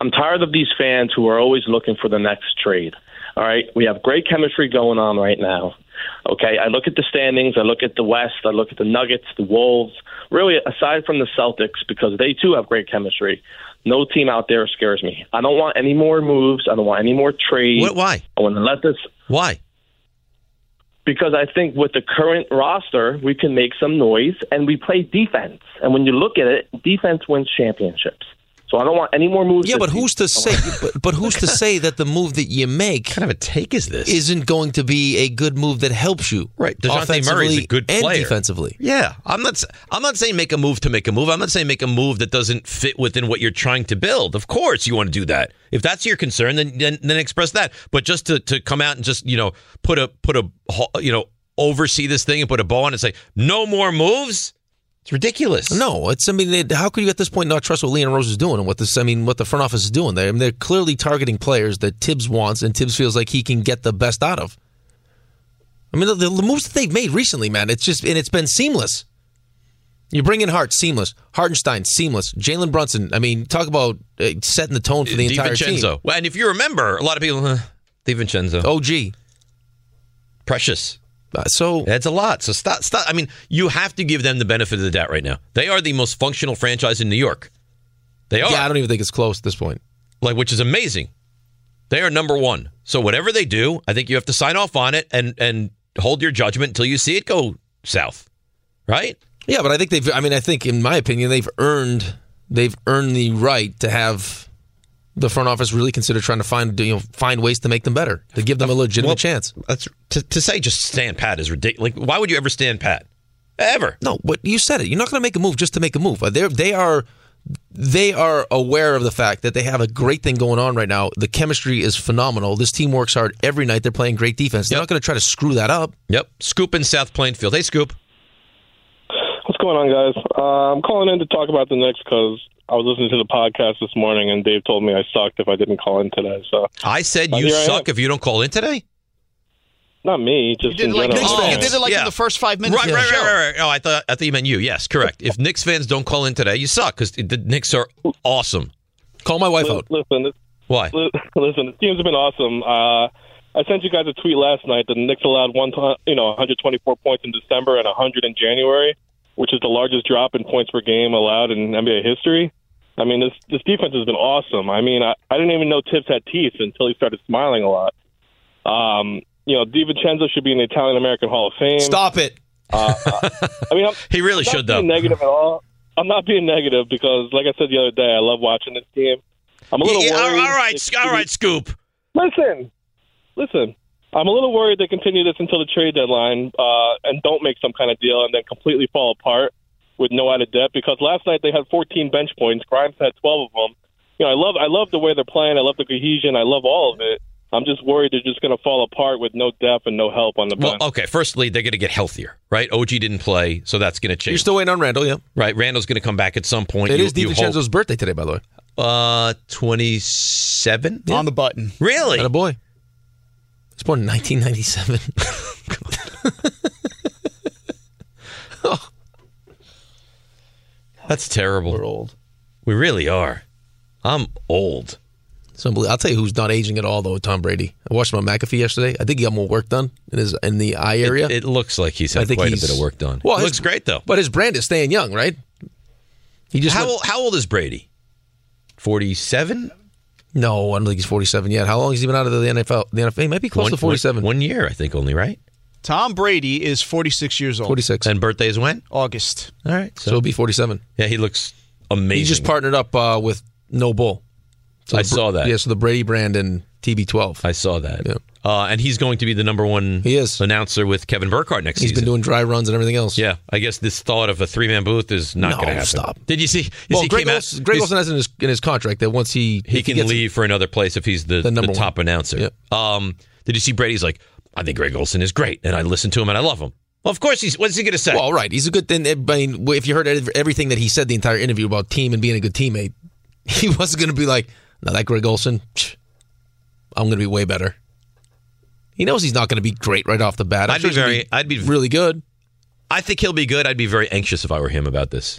[SPEAKER 14] I'm tired of these fans who are always looking for the next trade. All right, we have great chemistry going on right now. Okay, I look at the standings, I look at the West, I look at the Nuggets, the Wolves. Really, aside from the Celtics, because they too have great chemistry. No team out there scares me. I don't want any more moves. I don't want any more trades.
[SPEAKER 3] What, why?
[SPEAKER 14] I want to let this.
[SPEAKER 3] Why?
[SPEAKER 14] Because I think with the current roster, we can make some noise and we play defense. And when you look at it, defense wins championships. So I don't want any more moves.
[SPEAKER 4] Yeah,
[SPEAKER 14] this
[SPEAKER 4] but who's to say? But, but who's to say that the move that you make, kind
[SPEAKER 3] of a take, is this
[SPEAKER 4] isn't going to be a good move that helps you? Right,
[SPEAKER 3] DeJounte Murray is a good player.
[SPEAKER 4] and defensively.
[SPEAKER 3] Yeah, I'm not. s- I'm not saying make a move to make a move. I'm not saying make a move that doesn't fit within what you're trying to build. Of course, you want to do that. If that's your concern, then then, then express that. But just to, to come out and just you know put a put a ho- you know oversee this thing and put a bow on it and say no more moves. It's ridiculous.
[SPEAKER 4] No, it's. I mean, it, how could you at this point not trust what Leon Rose is doing and what this? I mean, what the front office is doing? They, I mean, they're clearly targeting players that Tibbs wants and Tibbs feels like he can get the best out of. I mean, the, the moves that they've made recently, man, it's just and it's been seamless. You bring in Hart, seamless. Hartenstein, seamless. Jalen Brunson. I mean, talk about uh, setting the tone for the entire
[SPEAKER 3] DiVincenzo.
[SPEAKER 4] team. Oh.
[SPEAKER 3] Well, and if you remember, a lot of people, uh, DiVincenzo,
[SPEAKER 4] OG,
[SPEAKER 3] Precious.
[SPEAKER 4] Uh, So
[SPEAKER 3] that's a lot. So stop. Stop. I mean, you have to give them the benefit of the doubt right now. They are the most functional franchise in New York. They are. Yeah, I
[SPEAKER 4] don't even think it's close at this point.
[SPEAKER 3] Like, which is amazing. They are number one. So whatever they do, I think you have to sign off on it and and hold your judgment until you see it go south, right?
[SPEAKER 4] Yeah, but I think they've. I mean, I think in my opinion, they've earned they've earned the right to have the front office really consider trying to find you know find ways to make them better to give them a legitimate
[SPEAKER 3] Well,
[SPEAKER 4] chance.
[SPEAKER 3] That's to, to say just stand pat is ridiculous. Like, why would you ever stand pat? Ever?
[SPEAKER 4] No, but you said it. You're not going to make a move just to make a move. They they are they are aware of the fact that they have a great thing going on right now. The chemistry is phenomenal. This team works hard every night. They're playing great defense. They're not going to try to screw that up.
[SPEAKER 3] Yep. Scoop in South Plainfield. Hey, Scoop.
[SPEAKER 15] What's going on, guys? Uh, I'm calling in to talk about the Knicks because I was listening to the podcast this morning, and Dave told me I sucked if I didn't call in today. So
[SPEAKER 3] I said
[SPEAKER 15] Uh,
[SPEAKER 3] you
[SPEAKER 15] here I am.
[SPEAKER 3] suck if you don't call in today.
[SPEAKER 15] Not me, just in general.
[SPEAKER 3] fans. Yeah.
[SPEAKER 16] first five minutes
[SPEAKER 3] Right,
[SPEAKER 16] of the
[SPEAKER 3] right,
[SPEAKER 16] show.
[SPEAKER 3] right, right, right. Oh, I thought I thought you meant you. Yes, correct. If Knicks fans don't call in today, you suck because the Knicks are awesome.
[SPEAKER 4] Call my wife
[SPEAKER 15] Li-
[SPEAKER 4] out.
[SPEAKER 15] Listen,
[SPEAKER 3] Why?
[SPEAKER 15] li- listen, the team's been awesome. Uh, I sent you guys a tweet last night. that The Knicks allowed one, ton- you know, 124 points in December and 100 in January, which is the largest drop in points per game allowed in NBA history. I mean, this this defense has been awesome. I mean, I, I didn't even know Tibbs had teeth until he started smiling a lot. Um, you know, DiVincenzo should be in the Italian American Hall of Fame.
[SPEAKER 4] Stop it.
[SPEAKER 15] Uh, I mean, I'm,
[SPEAKER 3] he really
[SPEAKER 15] I'm
[SPEAKER 3] should,
[SPEAKER 15] not
[SPEAKER 3] though.
[SPEAKER 15] being Negative at all? I'm not being negative because, like I said the other day, I love watching this game. I'm a little
[SPEAKER 3] Yeah, yeah, all
[SPEAKER 15] worried.
[SPEAKER 3] right,
[SPEAKER 15] if-
[SPEAKER 3] all right, Scoop.
[SPEAKER 15] Listen, listen. I'm a little worried they continue this until the trade deadline uh, and don't make some kind of deal and then completely fall apart with no added depth. Because last night they had 14 bench points. Grimes had 12 of them. You know, I love I love the way they're playing. I love the cohesion. I love all of it. I'm just worried they're just going to fall apart with no depth and no help on the bench.
[SPEAKER 3] Well, okay. Firstly, they're going to get healthier, right? OG didn't play, so that's going to change.
[SPEAKER 4] You're still waiting on Randall, yeah.
[SPEAKER 3] right. Randall's going to come back at some point.
[SPEAKER 4] It
[SPEAKER 3] You-
[SPEAKER 4] is
[SPEAKER 3] you hope.
[SPEAKER 4] DiVincenzo's birthday today, by the way.
[SPEAKER 3] Uh, twenty-seven
[SPEAKER 4] on the button.
[SPEAKER 3] Really?
[SPEAKER 4] And a boy. He's born in 1997.
[SPEAKER 3] That's terrible. We're
[SPEAKER 4] old.
[SPEAKER 3] We really are. I'm old.
[SPEAKER 4] It's unbelievable. I'll tell you who's not aging at all though. Tom Brady. I watched him on McAfee yesterday. I think he got more work done in his in the eye area.
[SPEAKER 3] It, it looks like he's had
[SPEAKER 4] I think
[SPEAKER 3] quite
[SPEAKER 4] he's-
[SPEAKER 3] a bit of work done.
[SPEAKER 4] Well,
[SPEAKER 3] it
[SPEAKER 4] his-
[SPEAKER 3] looks great though.
[SPEAKER 4] But his brand is staying young, right? He just
[SPEAKER 3] how
[SPEAKER 4] went-
[SPEAKER 3] old, how old is Brady? Forty-seven.
[SPEAKER 4] No, I don't think he's 47 yet. How long has he been out of the NFL? The NFL he might be close
[SPEAKER 3] One-
[SPEAKER 4] to 47.
[SPEAKER 3] One year, I think, only right.
[SPEAKER 16] Tom Brady is 46 years old.
[SPEAKER 4] 46.
[SPEAKER 3] And birthday is when?
[SPEAKER 16] August.
[SPEAKER 3] All right,
[SPEAKER 4] so, it'll be 47.
[SPEAKER 3] Yeah, he looks amazing.
[SPEAKER 4] He just partnered up uh, with No Bull.
[SPEAKER 3] I
[SPEAKER 4] the Br-
[SPEAKER 3] saw that.
[SPEAKER 4] Yeah, so the Brady brand and TB12.
[SPEAKER 3] I saw that. Uh, and he's going to be the number one he is. announcer with Kevin Burkhardt next
[SPEAKER 4] He's
[SPEAKER 3] season.
[SPEAKER 4] been doing dry runs and everything else.
[SPEAKER 3] yeah, I guess this thought of a three man booth is not
[SPEAKER 4] No,
[SPEAKER 3] going to happen.
[SPEAKER 4] stop.
[SPEAKER 3] Did you see? You
[SPEAKER 4] well,
[SPEAKER 3] see,
[SPEAKER 4] Greg,
[SPEAKER 3] came out-
[SPEAKER 4] Olson, Greg
[SPEAKER 3] you-
[SPEAKER 4] Olson has in his, in his contract that once he
[SPEAKER 3] he
[SPEAKER 4] if
[SPEAKER 3] can
[SPEAKER 4] gets-
[SPEAKER 3] leave for another place if he's the,
[SPEAKER 4] The
[SPEAKER 3] the,
[SPEAKER 4] number
[SPEAKER 3] top announcer. Um, did you see Brady's like, I think Greg Olson is great, and I listen to him and I love him. Well, of course he's. What's he going to say?
[SPEAKER 4] Well, right. He's a good. Then I mean, if you heard ev- everything that he said the entire interview about team and being a good teammate, he wasn't going to be like, "No, that Greg Olson, psh, I'm going to be way better." He knows he's not going to be great right off the bat. I'm
[SPEAKER 3] I'd
[SPEAKER 4] sure
[SPEAKER 3] be
[SPEAKER 4] he's gonna
[SPEAKER 3] very. I'd be
[SPEAKER 4] really good.
[SPEAKER 3] I think he'll be good. I'd be very anxious if I were him about this.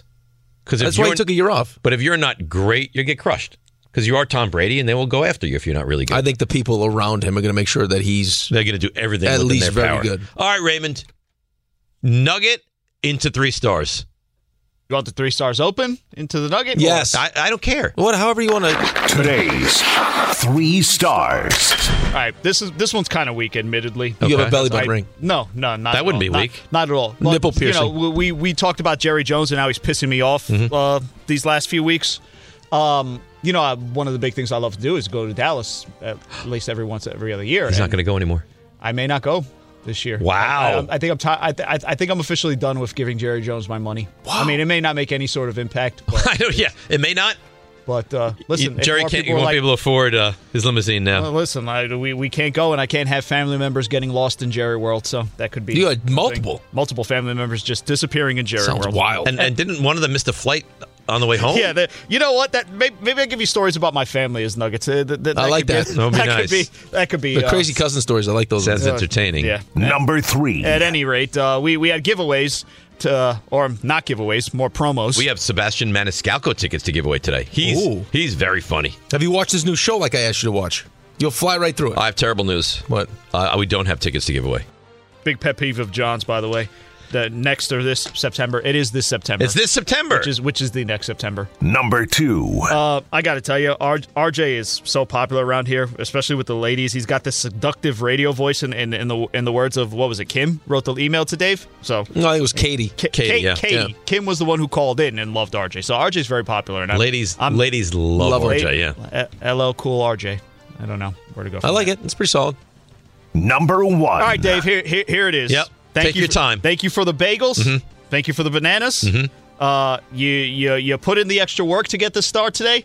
[SPEAKER 3] Because
[SPEAKER 4] That's why he took a year off.
[SPEAKER 3] But if you're not great, you get crushed. Because you are Tom Brady, and they will go after you if you're not really good.
[SPEAKER 4] I think the people around him are going to make sure that he's
[SPEAKER 3] they're going to do everything
[SPEAKER 4] at
[SPEAKER 3] within
[SPEAKER 4] least
[SPEAKER 3] their
[SPEAKER 4] very
[SPEAKER 3] power.
[SPEAKER 4] good.
[SPEAKER 3] All right, Raymond. Nugget into three stars.
[SPEAKER 16] You want the three stars open into the nugget?
[SPEAKER 3] Yes. I, I don't care.
[SPEAKER 4] What? However you want to.
[SPEAKER 16] Today's
[SPEAKER 1] three stars.
[SPEAKER 16] All right, this is this one's kind of weak, admittedly.
[SPEAKER 4] You have a belly button
[SPEAKER 16] I-
[SPEAKER 4] ring.
[SPEAKER 16] No, no, not
[SPEAKER 4] That
[SPEAKER 16] at
[SPEAKER 4] wouldn't
[SPEAKER 16] all.
[SPEAKER 4] be
[SPEAKER 16] Not-
[SPEAKER 4] weak.
[SPEAKER 16] Not, at all. But,
[SPEAKER 4] Nipple piercing.
[SPEAKER 16] You know, we we talked about Jerry Jones and how he's pissing me off
[SPEAKER 3] Mm-hmm.
[SPEAKER 16] uh, these last few weeks. Um, you know, I, one of the big things I love to do is go to Dallas at least every once every other year.
[SPEAKER 3] He's not
[SPEAKER 16] and
[SPEAKER 3] going to go anymore.
[SPEAKER 16] I may not go this year.
[SPEAKER 3] Wow.
[SPEAKER 16] I, I think I'm. T- I, th- I think I'm officially done with giving Jerry Jones my money. I mean, it may not make any sort of impact. But
[SPEAKER 3] I know. Yeah, it may not.
[SPEAKER 16] But uh, listen,
[SPEAKER 3] You-
[SPEAKER 16] if
[SPEAKER 3] Jerry
[SPEAKER 16] more
[SPEAKER 3] can't.
[SPEAKER 16] people
[SPEAKER 3] You
[SPEAKER 16] are
[SPEAKER 3] won't
[SPEAKER 16] like-
[SPEAKER 3] be able to afford uh, his limousine now.
[SPEAKER 16] Well, listen, I, we, we can't go, and I can't have family members getting lost in Jerry World, so that could be
[SPEAKER 3] You had
[SPEAKER 16] something.
[SPEAKER 3] multiple.
[SPEAKER 16] multiple family members just disappearing in Jerry World.
[SPEAKER 3] And, and didn't one of them miss the flight on the way home?
[SPEAKER 16] yeah, that, you know what? That maybe, maybe I give you stories about my family as nuggets. Uh, that, that,
[SPEAKER 3] I like
[SPEAKER 16] could
[SPEAKER 3] that. That would be
[SPEAKER 16] that
[SPEAKER 3] nice.
[SPEAKER 16] could be that could be
[SPEAKER 4] The
[SPEAKER 16] uh,
[SPEAKER 4] crazy cousin stories. I like those.
[SPEAKER 3] Sounds
[SPEAKER 4] ones.
[SPEAKER 3] entertaining.
[SPEAKER 16] Yeah.
[SPEAKER 1] Number three.
[SPEAKER 16] At any rate, uh, we we had giveaways to or not giveaways, more promos.
[SPEAKER 3] We have Sebastian Maniscalco tickets to give away today. He's
[SPEAKER 4] Ooh.
[SPEAKER 3] he's very funny.
[SPEAKER 4] Have you watched his new show? Like I asked you to watch. You'll fly right through it.
[SPEAKER 3] I have terrible news.
[SPEAKER 4] What?
[SPEAKER 3] Uh, we don't have tickets to give away.
[SPEAKER 16] big pet peeve of John's, by the way. The next or this September. It is this September.
[SPEAKER 3] It's this September.
[SPEAKER 16] Which is which is the next September.
[SPEAKER 1] Number two.
[SPEAKER 16] Uh, I got to tell you, R- RJ is so popular around here, especially with the ladies. He's got this seductive radio voice, and in, in, the in the words of what was it? Kim wrote the email to Dave. So
[SPEAKER 3] no, it was Katie. Katie,
[SPEAKER 16] Kate,
[SPEAKER 3] yeah,
[SPEAKER 16] Katie.
[SPEAKER 3] yeah.
[SPEAKER 16] Kim was the one who called in and loved RJ. So RJ's very popular. And I'm-
[SPEAKER 3] Ladies,
[SPEAKER 16] I'm,
[SPEAKER 3] ladies love, RJ. Yeah,
[SPEAKER 16] yeah. LL Cool RJ. I don't know where to go.
[SPEAKER 3] I like it. It's pretty solid.
[SPEAKER 1] Number one.
[SPEAKER 16] All right, Dave. Here, here, here it is.
[SPEAKER 3] Yep. Take your
[SPEAKER 16] for-
[SPEAKER 3] time. Mm-hmm.
[SPEAKER 16] Thank you for the bagels. Thank you for the bananas. Uh, you, you, you put in the extra work to get this star today,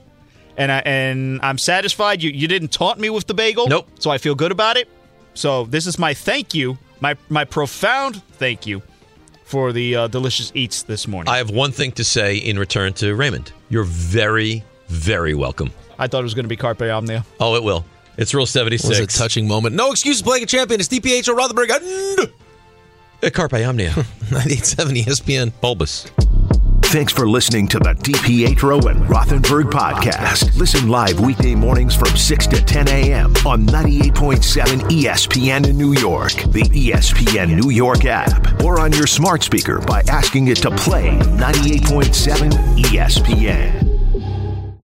[SPEAKER 16] and I, and I'm satisfied. You, you didn't taunt me with the bagel. Nope. So I feel good about it. So this is my thank you, my my profound thank you for the uh, delicious eats this morning.
[SPEAKER 3] I have one thing to say in return to Raymond. You're very, very welcome.
[SPEAKER 16] I thought it was going to be carpe omnia.
[SPEAKER 3] Oh, it will. It's Rule 76.
[SPEAKER 4] It was a touching moment. No excuses playing a champion. It's DPH or Rothenberg. And
[SPEAKER 3] Uh, Carpe Omnia. 98.70 ESPN. Bulbous.
[SPEAKER 1] Thanks for listening to the DPetro and Rothenberg podcast. Listen live weekday mornings from 6 to 10 a.m. on 98.7 ESPN in New York, the E ESPN New York app, E or on your smart speaker by asking it to play 98.7 ESPN.